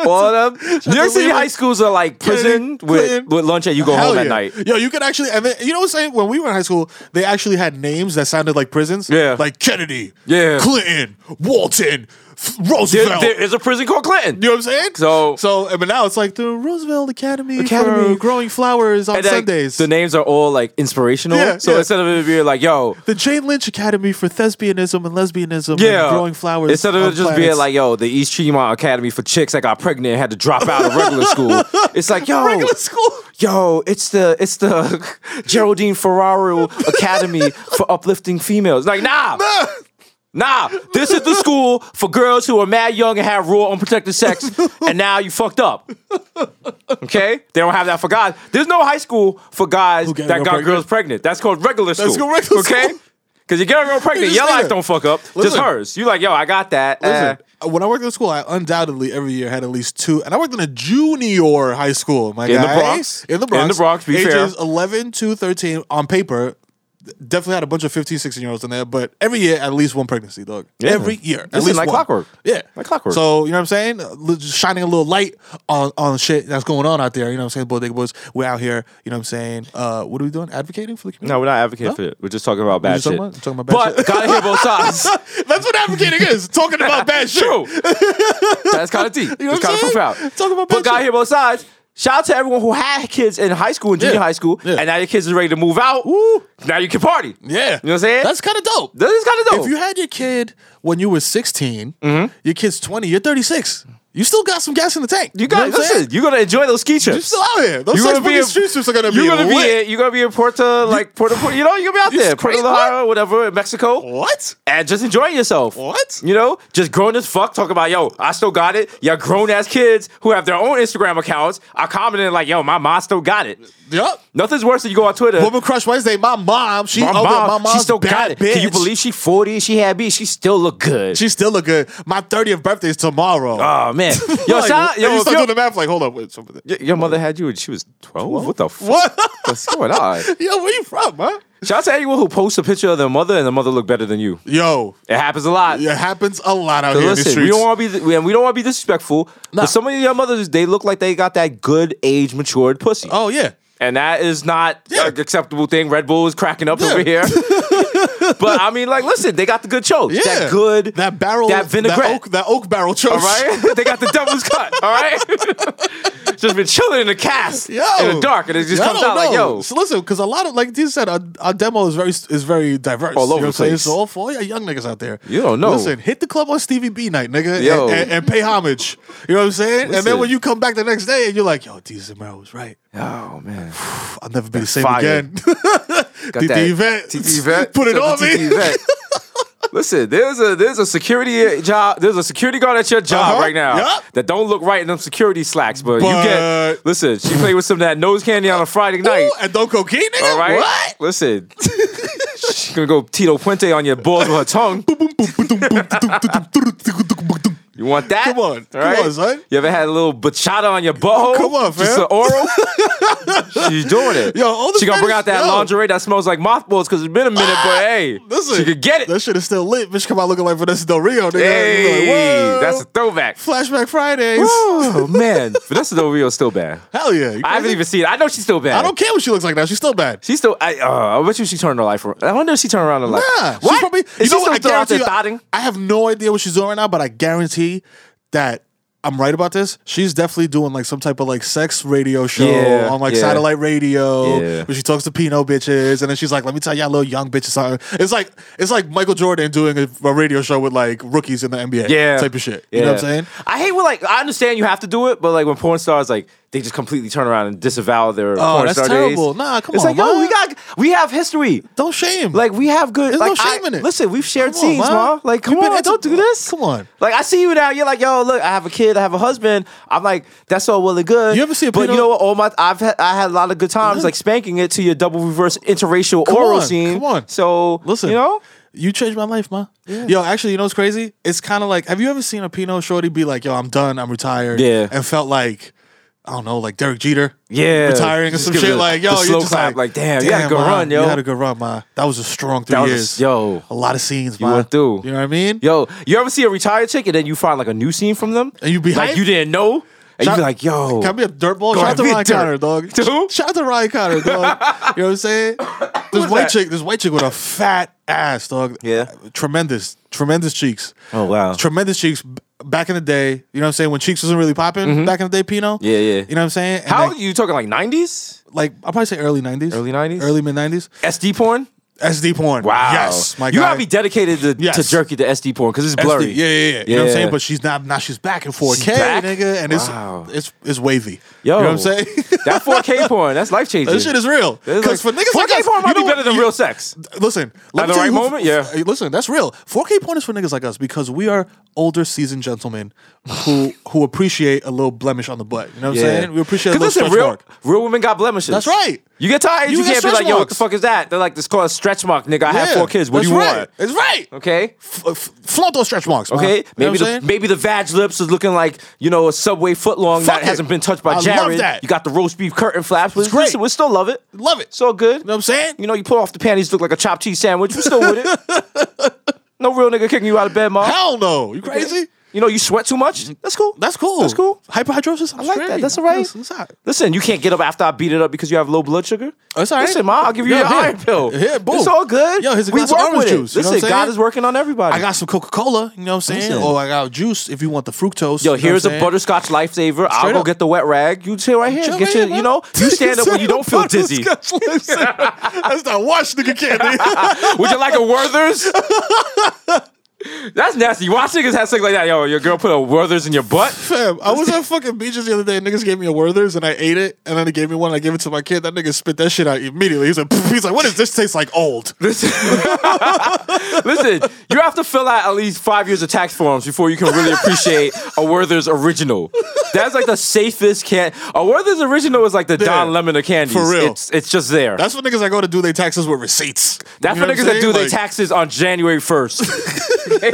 All of them. um, New York City
Leland,
high schools are like prison
Kennedy,
with,
Clinton.
with lunch and you go
Hell
home at
yeah.
night.
Yo, you could actually, and then, you know what I'm saying? When we were in high school, they actually had names that sounded like prisons.
Yeah.
Like Kennedy,
Yeah.
Clinton, Walton, F-
There-
Roosevelt.
there is a prison called Clinton.
you know what I'm saying?
So-
so, but now it's like the Roosevelt Academy, for
Academy.
growing flowers on
And, like,
Sundays.
the names are all like inspirational.
Yeah,
so
yeah.
instead of it being like, yo,
the Jane Lynch Academy for Thespianism and Lesbianism
yeah,
and growing flowers.
Instead of
on
it just
planets.
being like, yo, the East Tremont Academy for chicks that got pregnant and had to drop out of
[laughs]
regular school. It's like, yo,
regular school.
yo, it's the it's the [laughs] Geraldine Ferraro Academy for uplifting females. Like, nah. Nah, this is the school for girls who are mad young and have raw unprotected sex, and now you fucked up. Okay, they don't have that for guys. There's no high school for guys
Who get
that got
girl pregnant?
girls pregnant. That's called regular school.
called regular
okay,
school.
because you get a girl pregnant,
just
your life
there.
don't fuck up. Just
Listen.
hers. You like, yo, I got that. eh.
Listen, Uh, when I worked in school, I undoubtedly every year had at least two, and I worked in a junior high school. My
In the
guy.
Bronx.
in the
In
Bronx,
the Bronx, be
ages
fair.
eleven to thirteen on paper. definitely had a bunch of 15, 16 year olds in there, but every year at least one pregnancy, dog.
Yeah.
Every year. At
Listen,
least
like
one.
clockwork.
Yeah.
Like clockwork.
So, you know what I'm saying? Uh, li- just Shining a little light on, on shit that's going on out there. You know what I'm saying? Bodega Boys, we're out here, you know what I'm saying? Uh, what are we doing? Advocating for the community?
No, we're not advocating for it. We're just talking about bad
just talking
shit.
about- talking about bad
but
shit. [laughs]
gotta hear both sides.
That's what advocating is. Talking about bad shit.
[laughs] True. That's kind of
[laughs]
deep.
know what
It's kind of
I'm saying?
profound.
Talk about
but
bad
gotta
shit.
hear both sides. Shout out to everyone who had kids in high school and junior
Yeah.
high school,
Yeah.
and now your kids is ready to move out. Now you can party.
Yeah.
You know what I'm saying?
That's kind of dope.
That is kind of dope. Mm-hmm.
If you had your kid when you were 16, your kid's 20, you're 36. You still got some gas in the tank.
You got
know what I'm
listen.
saying?
You're gonna enjoy those ski trips.
You're still out here. Those
You
six
gonna be
fucking
in-
street trips are gonna be
You're gonna be.
lit.
in- You're gonna be in Puerto, like Puerto. Puerto you know, you're gonna be out there, Puerto
crazy.
Lahara, whatever, in Mexico,
What?
and just enjoying yourself.
What?
You know, just grown as fuck. Talking about yo, I still got it. Y'all grown ass kids who have their own Instagram accounts are commenting like, yo, my mom still got it.
Yup.
Nothing's worse than you go on Twitter.
Woman Crush Wednesday, my mom, she
my
oh, yeah,
mom,
my mom's
she still
bad
got it.
Bitch.
Can you believe she 40? She had me. She still look good.
she still look good? My 30th birthday is tomorrow. [laughs]
oh man, yo,
like,
shout out,
and
yo,
you
if
start doing
you're-
the math like, hold up, wait, something.
Y- Your mother had you when she was 12? What the fuck?
What? [laughs]
What's going on?
Yo, where you from, huh?
Shout out to anyone who posts a picture of their mother and the mother look better than you.
Yo,
It happens a lot.
it happens a lot out
So
here in the
listen,
streets.
we don't want to be we- and we don't want to be disrespectful.
Nah.
But some of your mothers, they look like they got that good age matured pussy.
oh yeah,
And that is not
Yeah.
an acceptable thing. Red Bull is cracking up
Yeah. [laughs]
over here. but I mean, like, listen, they got the good chose.
yeah,
That good
that barrel,
that vinaigrette.
that oak, that oak barrel choice.
All right, [laughs] they got the devil's cut. All right, [laughs] just been chilling in the cast
Yo,
in the dark, and it just
I
comes
don't
out like,
know.
yo,
So listen, because a lot of like you said, our, our demo is very is very diverse.
All
you know
over
what
the
I'm saying?
place.
So all for all your young niggas out there,
You don't know.
Listen, hit the club on Stevie B night, nigga,
Yo.
And, and, and pay homage. You know what I'm saying? And
Listen.
then when you come back the next day, and you're like, yo, D. Zamero was right.
oh man,
I'll never be the same
Fire.
again.
[laughs] got
TT Vet. [laughs] Put it on me.
Listen, there's a there's a security job. There's a security guard at your job
Uh-huh.
right now
Yup.
that don't look right in them security slacks. But, you get
But-
listen. She played with some of that nose candy on a Friday night.
Ooh, [laughs] and don't go key, nigga.
all right,
What?
listen. [laughs] She's gonna go Tito Puente on your balls with
[laughs]
her tongue. [laughs] You want that?
Come on.
All
Come on, son.
You ever had a little bachata on your butthole?
Come on,
Just
fam.
an
[laughs]
oral? She's doing it.
Yo, all the
she gonna bring out that
fetish- yo. Ah!
lingerie that smells like mothballs because it's been a minute, but hey,
Listen,
she could get it.
That shit is still lit. Bitch, come out looking like Vanessa Del Rio. Nigga.
hey,
You be like,
that's
whoa.
a throwback.
flashback Fridays.
Oh, [laughs] man. Vanessa Del Rio's still bad.
Hell yeah. You
I haven't
crazy?
even seen it. I know she's still bad.
I don't care what she looks like now. She's still bad.
She's still. I, uh, I bet you she turned her life around. I wonder if she turned around her life.
Yeah,
what?
She's probably,
Is
you
she
know
still
what? I
still out
guarantee.
there
you-
thotting?
I have no idea what she's doing right now, but I guarantee that I'm right about this. She's definitely doing like some type of like sex radio show
Yeah,
on like
yeah.
satellite radio
Yeah.
where she talks to Pino bitches, and then she's like, "Let me tell y'all, little young bitches." Something. It's like it's like Michael Jordan doing a, a radio show with like rookies in the [laughs] NBA,
yeah,
type of shit. You know what I'm saying?
I hate when like I understand you have to do it, but like when porn stars like they just completely turn around and disavow their porn
Oh, that's
star
terrible.
days.
Nah, come
it's
on,
like yo,
ma.
we got we have history.
Don't shame.
Like we have good.
There's
like,
no shame
I-
in it.
Listen, we've shared
Come on,
scenes,
ma.
ma. Like come
We've been
on,
into-
don't do this.
Come on.
Like I see you now. You're like yo, look, I have a kid, I have a husband. I'm like that's all well and good.
You ever see a
But you
Pino-
know what? All my I've had I had a lot of good times,
Yeah.
like spanking it to your double reverse interracial
Come
oral
on,
scene.
come on.
So
Listen,
you know.
you changed my life, ma. Yo, actually, you know what's crazy? It's kind of like, have you ever seen a Pino shorty be like, "Yo, I'm done, I'm retired,"
Yeah.
and felt like, I don't know, like Derek Jeter,
Yeah.
retiring or
Just
some
give
shit.
it a-
like,
the
yo,
slow
you're just
clap,
like,
like, damn, you had a good
ma,
run, yo."
you had a good run, ma. That was a strong three
That was a-
years,
yo.
a lot of scenes, ma.
went through.
You know what I mean?
Yo, you ever see a retired chick and then you find like a new scene from them?
And you be
like
hyped?
you didn't know? And you
Shout-
be like, yo.
Can I be a dirtball?
Go
Shout
ahead,
out to
be a
Ryan
dirt.
Connor, dog.
To who?
Shout out to Ryan
[laughs]
Connor, dog. you know what I'm saying? This white
that?
chick, this white chick with a fat ass, dog.
Yeah.
Tremendous, tremendous cheeks.
Oh, wow.
Tremendous cheeks. B- Back in the day, you know what I'm saying? When cheeks wasn't really popping back in the day, Pino.
Mm-hmm. Yeah, yeah.
You know what I'm saying? And
How
like,
you talking like 90s?
like I'll probably say early 90s.
Early 90s?
Early mid 90s.
SD porn?
SD porn.
Wow.
Yes, my
You
guy.
gotta be dedicated to,
Yes.
to jerky to SD porn because it's
SD
blurry.
yeah, yeah, yeah. You know what
Yeah.
I'm saying? But she's not now she's back in 4K,
back?
nigga. And
Wow.
it's it's it's wavy.
Yo.
You know what I'm saying?
[laughs]
[laughs]
that 4K porn, that's life changing.
That shit is real. Because for niggas
4K
like us,
porn might
you know
be
what?
better than
You-
real sex.
Listen,
At
let me tell
the
you
right
who-
moment? Yeah.
Hey, Listen, that's real. 4K porn is for niggas like us because we are older seasoned gentlemen
[sighs]
who who appreciate a little blemish on the butt. You know what I'm saying? We appreciate a
'Cause
little stretch
real,
mark.
real women got blemishes.
That's right.
You get tired,
You
you,
get
can't be
stretch
like, yo, what the
marks.
fuck is that? They're like, this called a stretch mark, nigga. I have
Yeah,
four kids. What do
that's
you
right.
want?
It's right.
Okay.
F- f- flaunt those stretch marks. man.
Okay,
Uh-huh. You know
maybe
what I'm
the
saying?
maybe the vag lips is looking like you know a subway footlong
Fuck
that
it.
hasn't been touched
I
by
love
Jared.
that.
You got the roast beef curtain flaps, but
It's great.
listen, we still love it.
Love it.
It's all good.
You know what I'm saying?
You know, you pull off the panties, look like a chopped cheese sandwich. We're still with it.
[laughs]
no real nigga kicking you out of bed, mom.
Hell no. You crazy? Mm-hmm.
You know, you sweat too much. That's cool.
That's cool.
That's cool.
Hyperhidrosis.
I like that. That's all right.
That's all right.
Listen, you can't get up after I beat it up because you have low blood sugar.
That's Oh, all right.
Listen, ma, I'll give you
Yo,
your
here.
iron pill.
Here, boom.
It's all good.
Yo, here's a
we
glass
work
of orange
with it.
juice. You know
Listen,
what I'm
God
saying?
is working on everybody.
I got some Coca Cola. You know what I'm saying?
Listen.
Or I got juice if you want the fructose. you
Yo,
know what
here's
I'm
a
saying?
butterscotch lifesaver. I'll
Straight
go
up.
get the wet rag. You chill right here.
Chill
get
right
your,
here,
you
man. [laughs]
know, you stand up when you don't feel dizzy.
Butterscotch lifesaver. That's not wash, nigga. Can't they?
[laughs] Would you like a Werther's? That's nasty. Watch niggas have sex like that. Yo, your girl put a Werther's in your butt.
Fam, I was at fucking beaches the other day. and Niggas gave me a Werther's and I ate it, and then they gave me one. I gave it to my kid. That nigga spit that shit out immediately. He's like, [laughs] he's like, what does this taste like?
[laughs]
Old.
Listen, listen, you have to fill out at least five years of tax forms before you can really appreciate a Werther's original. That's like the safest can. A Werther's original is like the Don
Yeah.
Lemon of candies.
For real.
it's, it's just there.
That's what niggas that go to do their taxes with receipts.
That's
You know
for niggas
what I'm
that do
saying?
their
Like, [laughs]
taxes on January 1st.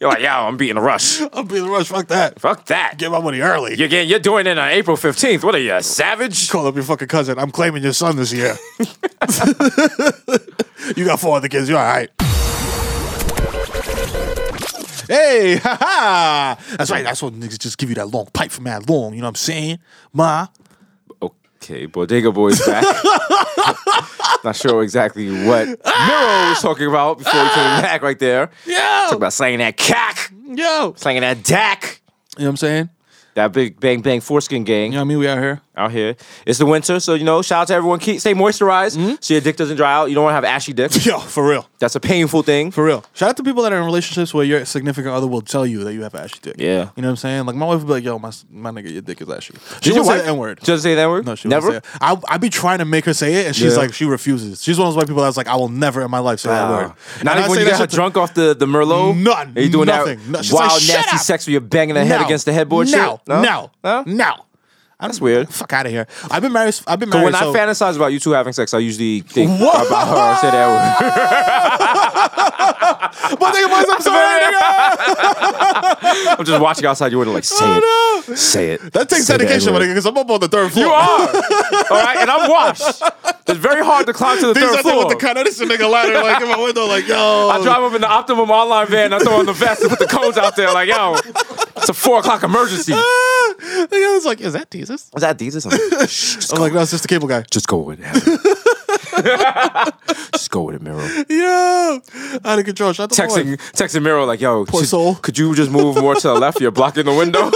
You're like, [laughs] yo, I'm beating a rush.
I'm being rushed. Fuck that.
Fuck that.
Get my money early.
You're, getting, you're doing it on April 15th. What are you, a savage?
Call up your fucking cousin. I'm claiming your son this year. [laughs] you got four other kids. You're all right. Hey, ha ha! That's right. That's what niggas just give you that long pipe for mad long. You know what I'm saying, ma?
Okay, Bodega Boy's back. [laughs] Not sure exactly what Miro was talking about before he came back right there. Talking
Yo,
about slanging that cack,
yo. You know
slanging that dack.
what I'm saying?
That big bang bang foreskin gang
You know what I mean? We out here.
out here. It's the winter, so you know, shout out to everyone. Keep, stay moisturized so your dick doesn't dry out. You don't want to have ashy [laughs]
[laughs]
dick.
Yo, for real,
That's a painful thing.
for real. Shout out to people that are in relationships where your significant other will tell you that you have ashy dick.
Yeah.
you know what I'm saying? Like my wife would be like, "Yo, my my nigga, your dick is ashy." She
Did your
won't say
wife-
the N word.
Doesn't say that word?
No, she
Never?
Won't say it. I I be trying to make her say it, and she's
Yeah.
like, she refuses. She's one of those white people that's like, I will never in my life say that
Wow.
word.
Not
Ah. And I
even when
say
you
that
got her
shit to-
drunk off the, the Merlot?
None.
Are you doing
Nothing. No,
that
she's like,
wild,
"Shut
nasty
up."
sex where you're banging the head
No.
against the headboard
No,
shit?
no, no, no.
That's weird.
Fuck out of here. I've been married. I've been
So
married.
when I fantasize about you two having sex, I usually think about her and say that word.
but nigga, boys, I'm sorry, nigga. [laughs]
[laughs] I'm just watching outside your window like, say it. Say it.
That takes
Say the
dedication, my
N-word.
nigga, because I'm up on the third [laughs] floor.
You are. All right, and I'm washed. It's very hard to climb to the
These
third
out there
floor.
with the cut. This is a nigga ladder, like in my window, like yo.
I drive up in the Optimum online van. I throw on the vest and put the codes out there. Like, yo, it's a four
[laughs]
o'clock emergency. Is
Ah. Nigga, I was like, is that Jesus?
that Jesus?
[laughs] I'm like, no, it's just the cable
[laughs]
guy.
Just go with
[laughs]
it. Just go with it, Miro.
Yo, out of control. Shout out to my wife.
Texting, texting Miro like, "Yo,
Poor
could-
soul.
could you just move more to the left? You're blocking
[laughs]
the window."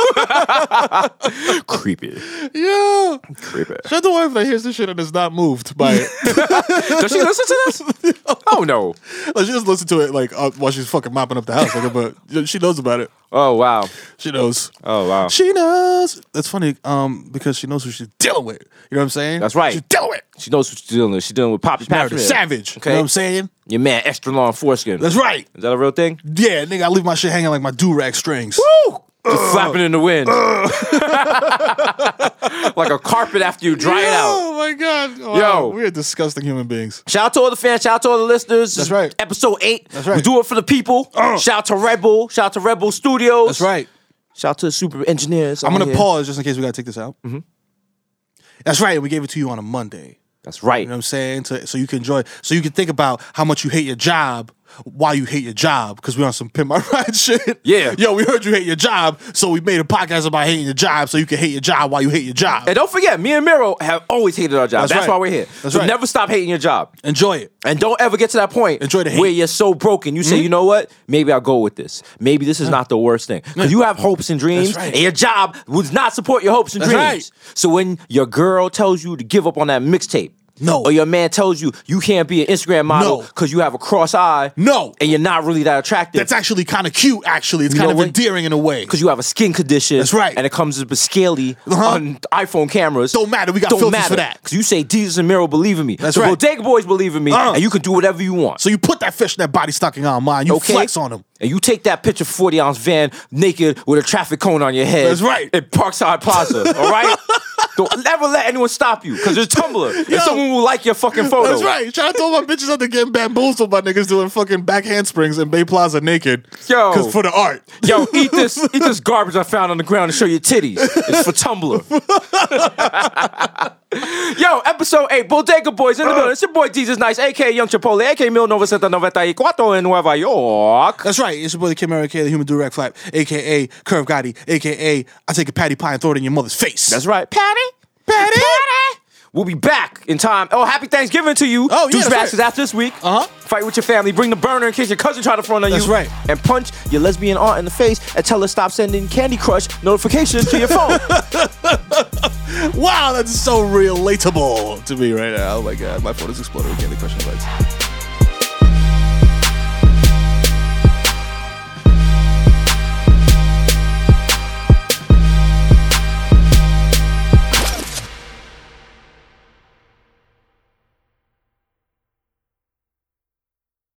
Creepy.
Yo,
Creepy.
shout out to my wife that hears this shit and is not moved by
[laughs]
it.
Does she listen to this? Oh no.
Like she just listened to it like uh, while she's fucking mopping up the house, like,
[laughs]
but she knows about it.
Oh wow.
She knows.
Oh wow.
She knows. That's funny, um, because she knows who she's dealing with. You know what I'm saying?
That's right.
She's dealing with.
She knows what she's dealing with. She's dealing with Poppy
Married a
Papsmith.
savage.
Okay.
You know what I'm saying?
Your man, extra long foreskin.
That's right.
Is that a real thing?
Yeah, nigga, I leave my shit hanging like my do rag strings.
Just flapping in
[laughs]
the wind. [laughs] like a carpet after you dry it out.
Oh my god. Wow,
Yo.
we are disgusting human beings.
Shout out to all the fans. Shout out to all the listeners. This is
right.
Episode 8. That's
right. Uh.
We do it for the people. Shout out to Red Bull. Shout out to Red Bull Studios.
That's right.
Shout out to the super engineers.
I'm
out
gonna
here. Mm-hmm.
pause just in case we gotta take this out. That's right. We gave it to you on a Monday.
That's right.
You know what I'm saying? To, so you can enjoy, so you can think about how much you hate your job while you hate your job because we're on some pin my [laughs] ride shit.
Yeah.
Yo, we heard you hate your job, so we made a podcast about hating your job so you can hate your job while you hate your job.
And don't forget, me and Miro have always hated our job. That's,
That's right.
why we're here.
That's
so
right.
never stop hating your job.
Enjoy it.
And don't ever get to that point
Enjoy the hate. Mm-hmm.
where you're so broken. You say, you know what? Maybe I'll go with this. Maybe this is not the worst thing. Because you have hopes and dreams,
right.
and your job would not support your hopes and
That's
dreams.
right.
So when your girl tells you to give up on that mixtape,
No.
Or your man tells you you can't be an Instagram model
No.
because you have a cross eye.
No.
And you're not really that attractive.
That's actually kind of cute, actually. It's
You
kind
know
of
what?
endearing in a way.
because you have a skin condition.
That's right.
And it comes up as scaly
Uh-huh.
on iPhone cameras.
Don't matter, we got
Don't
filters
matter.
for that.
Because you say Jesus and Miro believe in me.
That's
the
right.
Bodega Boys believe in me,
Uh-huh.
and you can do whatever you want.
So you put that fish in that body stocking on mine, you
Okay.
flex on them.
and you take that picture 40 ounce van naked with a traffic cone on your head.
That's right.
At Parkside Plaza,
[laughs]
all right? Don't ever let anyone stop you because
[laughs]
there's Tumblr and someone will like your fucking photo.
That's right. Shout out to all my bitches out there getting bamboozled by niggas doing fucking back handsprings in Bay Plaza naked.
Yo.
Because for the art.
Yo, eat this, eat this garbage I found on the ground to show your titties. It's for Tumblr. [laughs] Yo, episode eight, Bodega Boys in the building. It's your boy Jesus Nice, aka Young Chipotle, aka Mil Novecenta Noventa y Cuatro in Nueva York.
That's right. It's your boy, the Kim Mary K, the human direct flap, aka Curve Gotti, aka I take a patty pie and throw it in your mother's face.
That's right, Patty, Patty, Patty. We'll be back in time. Oh, happy Thanksgiving to you.
Oh, yeah,
Deuce
that's
Bash
right.
is out this week.
Uh-huh.
Fight with your family. Bring the burner in case your cousin try to front on
That's
you.
right.
And punch your lesbian aunt in the face and tell her stop sending Candy Crush notifications to
[laughs]
your phone.
Wow, that's so relatable.
To me right now. Oh my god, my phone is exploding with candy crush invites.